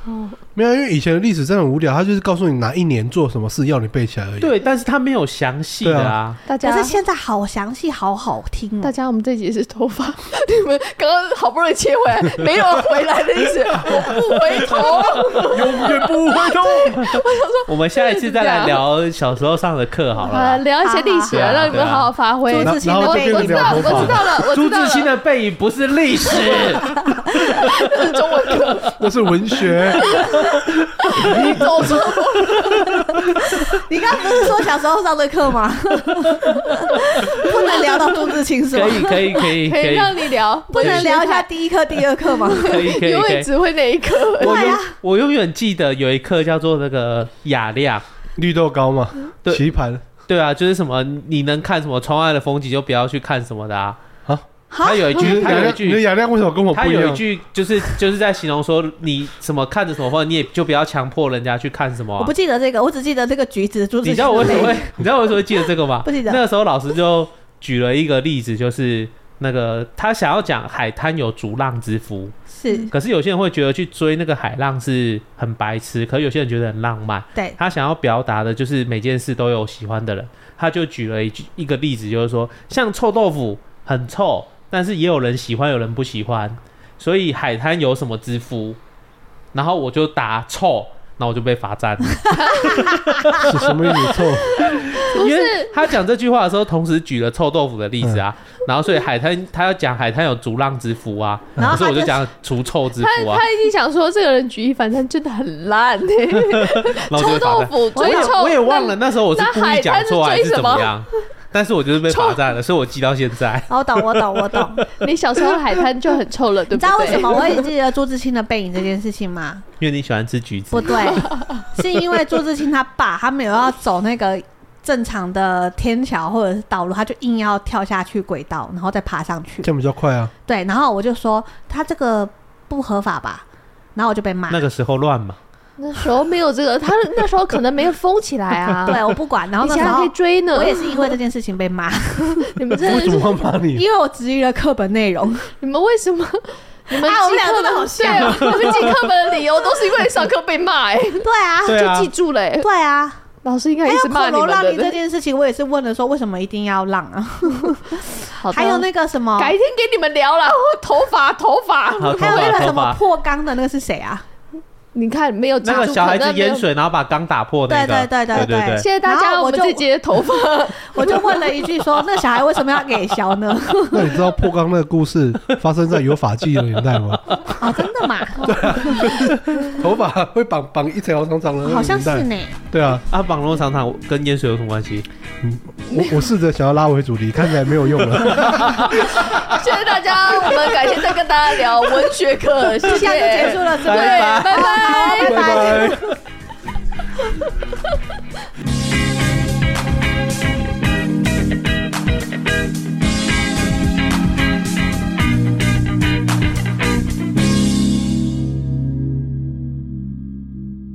Speaker 1: 没有，因为以前的历史真的很无聊，他就是告诉你哪一年做什么事，要你背起来而已。
Speaker 4: 对，但是他没有详细的啊。
Speaker 3: 大
Speaker 2: 可
Speaker 3: 家
Speaker 2: 是
Speaker 3: 嗯
Speaker 2: 现在好详细，好好听哦、
Speaker 3: 大家，我们这集是头发， 你们刚刚好不容易切回来，没有回来的意思，我不回头。
Speaker 4: 永远不回头。我们下一次再来聊小时候上的课好
Speaker 3: 啊，
Speaker 4: 了啦。
Speaker 3: 聊一些历史啊，
Speaker 4: 好好好
Speaker 3: 让你们好好发挥。
Speaker 2: 朱
Speaker 1: 然
Speaker 2: 自清
Speaker 1: 然
Speaker 2: 的
Speaker 1: 后
Speaker 2: 背
Speaker 1: 就变成
Speaker 3: 我知道，
Speaker 1: 聊头
Speaker 3: 我知道
Speaker 1: 发，
Speaker 3: 了，我
Speaker 4: 朱
Speaker 3: 知道
Speaker 4: 自清
Speaker 3: 了，
Speaker 4: 的背影不是历史，
Speaker 3: 这是 中文课，
Speaker 1: 那是文 学。
Speaker 3: 你走出
Speaker 2: 你刚刚不是说小时候上的课 吗？ 不能聊到朱自清 是
Speaker 4: 可
Speaker 2: 吗？
Speaker 4: 以可以可以
Speaker 3: 可
Speaker 4: 可
Speaker 3: 以
Speaker 4: 以
Speaker 3: 让你聊，
Speaker 2: 不能聊一下第一课、第二课吗？
Speaker 4: 可以可以
Speaker 3: 永
Speaker 4: 可
Speaker 3: 远
Speaker 4: 以。
Speaker 3: 只会那一刻。
Speaker 4: 我
Speaker 2: 对
Speaker 4: 永
Speaker 2: 啊
Speaker 4: 我永远记得有一课叫做那个雅量，
Speaker 1: 绿豆糕嘛，
Speaker 4: 对
Speaker 1: 棋盘
Speaker 4: 对啊，就是什么你能看什么窗外的风景就不要去看什么的啊。
Speaker 1: 啊，
Speaker 4: 他有一
Speaker 1: 你
Speaker 4: 句，
Speaker 1: 的
Speaker 4: 他有
Speaker 1: 雅亮，你
Speaker 4: 一
Speaker 1: 的
Speaker 4: 句，
Speaker 1: 雅亮为什么跟我
Speaker 4: 他
Speaker 1: 不一
Speaker 4: 有一
Speaker 1: 样？
Speaker 4: 句就是就是在形容说你什么看着什么风景，你也就不要强迫人家去看什么啊、
Speaker 2: 我不记得这个，我只记得这个橘子。朱自清
Speaker 4: 你知
Speaker 2: 的
Speaker 4: 道我为什么
Speaker 2: 背
Speaker 4: 会
Speaker 2: 影，
Speaker 4: 你知道我为什么会记得这个吗？
Speaker 2: 不记得
Speaker 4: 那个时候老师就举了一个例子，就是那个他想要讲海滩有逐浪之夫，
Speaker 2: 是
Speaker 4: 可是有些人会觉得去追那个海浪是很白痴，可有些人觉得很浪漫。
Speaker 2: 对，
Speaker 4: 他想要表达的就是每件事都有喜欢的人，他就举了一句一个例子，就是说像臭豆腐很臭，但是也有人喜欢，有人不喜欢，所以海滩有什么之夫，然后我就打臭，那我就被罚 站了。
Speaker 1: 是什么意思？臭
Speaker 3: 不
Speaker 4: 因为
Speaker 3: 是
Speaker 4: 他讲这句话的时候，同时举了臭豆腐的例子啊，然后所以海滩他要讲海滩有逐浪之夫啊，
Speaker 2: 然后
Speaker 4: 可是
Speaker 2: 他
Speaker 4: 我就
Speaker 2: 就
Speaker 4: 讲除臭之
Speaker 3: 他
Speaker 4: 夫啊，
Speaker 3: 他一定想说这个人举一反三真的 很烂欸
Speaker 4: 然后
Speaker 3: 臭
Speaker 4: 就被罚
Speaker 3: 豆
Speaker 4: 站。
Speaker 3: 腐
Speaker 4: 我
Speaker 3: 追
Speaker 4: 也
Speaker 3: 臭，
Speaker 4: 我也忘了那时候我是
Speaker 3: 那
Speaker 4: 故意讲错还是怎么样，但是我就是被
Speaker 3: 臭
Speaker 4: 罚站了，所以我记到现在。
Speaker 2: 我懂，我懂，我懂。
Speaker 3: 那你小时候的海滩就很 臭了，
Speaker 2: 你
Speaker 3: 对
Speaker 2: 知
Speaker 3: 不对？
Speaker 2: 道为什么我也记得朱自清的背影这件事情吗？
Speaker 4: 因为你喜欢吃橘子
Speaker 2: 不，对，是因为朱自清他爸他没有要走那个正常的天桥或者是道路，他就硬要跳下去轨道，然后再爬上去
Speaker 1: 这。样比较快 啊！
Speaker 2: 对，然后我就说他这个不合法吧，然后我就被骂。
Speaker 4: 那个时候乱嘛，
Speaker 3: 那时候没有 这个，他那时候可能没有封起来啊。
Speaker 2: 对，我不管。然后
Speaker 3: 以
Speaker 2: 那
Speaker 3: 前
Speaker 2: 时
Speaker 3: 还可
Speaker 2: 候
Speaker 3: 以追呢。
Speaker 2: 我也是因为这件事情被骂，
Speaker 3: 你们真
Speaker 1: 为
Speaker 3: 的
Speaker 1: 什
Speaker 3: 是
Speaker 1: 么要骂你？
Speaker 2: 因为我质疑了课本内容。
Speaker 3: 你们为什 么？你们
Speaker 2: 啊我
Speaker 3: 记
Speaker 2: 们俩
Speaker 3: 课
Speaker 2: 真的
Speaker 3: 本
Speaker 2: 好像
Speaker 3: 对啊你们记课本的理由都是因为上课被骂，哎，
Speaker 2: 对啊，
Speaker 4: 对啊
Speaker 3: 就记住了，哎，
Speaker 2: 对啊。
Speaker 3: 老师应该
Speaker 2: 还
Speaker 3: 一
Speaker 2: 有
Speaker 3: 直骂
Speaker 2: 恐
Speaker 3: 你
Speaker 2: 龙
Speaker 3: 们
Speaker 2: 让
Speaker 3: 的
Speaker 2: 梨这
Speaker 3: 对。
Speaker 2: 件事情，我也是问了说为什么一定要让啊？
Speaker 3: 好的
Speaker 2: 还有那哦个什么，
Speaker 3: 改
Speaker 2: 还
Speaker 3: 天给你们聊了，我头发头啊发，
Speaker 4: 还有头
Speaker 2: 有那个
Speaker 4: 发头
Speaker 2: 什么
Speaker 4: 发，
Speaker 2: 破缸的那个是谁啊？
Speaker 3: 你看没有记
Speaker 4: 那个
Speaker 3: 住
Speaker 4: 小孩子
Speaker 3: 可能没有
Speaker 4: 淹水，然后把缸打破那个，
Speaker 2: 对对对对
Speaker 4: 对
Speaker 2: 对
Speaker 4: 对
Speaker 3: 谢谢大
Speaker 2: 然
Speaker 3: 家，
Speaker 2: 后
Speaker 3: 我
Speaker 2: 我就
Speaker 3: 们这节的 头发
Speaker 2: 我就问了一句说，那小孩为什么要给削 呢？
Speaker 1: 那你知道破缸那个故事发生在有法纪的年代吗？
Speaker 2: 哦，真的吗？
Speaker 1: 头发会绑绑一条长长的那个
Speaker 2: 好像
Speaker 1: 年代
Speaker 2: 是呢。
Speaker 1: 对啊，
Speaker 4: 啊，绑龙长长跟淹水有什么关系？
Speaker 1: 我我试着想要拉回主题，看起来没有用 了。
Speaker 3: 谢谢大家，我们改天再跟大家聊文学 课，谢
Speaker 2: 这
Speaker 3: 谢，
Speaker 2: 样就结束了，是不是？
Speaker 3: 对，拜拜。
Speaker 2: 拜拜。
Speaker 1: 拜拜。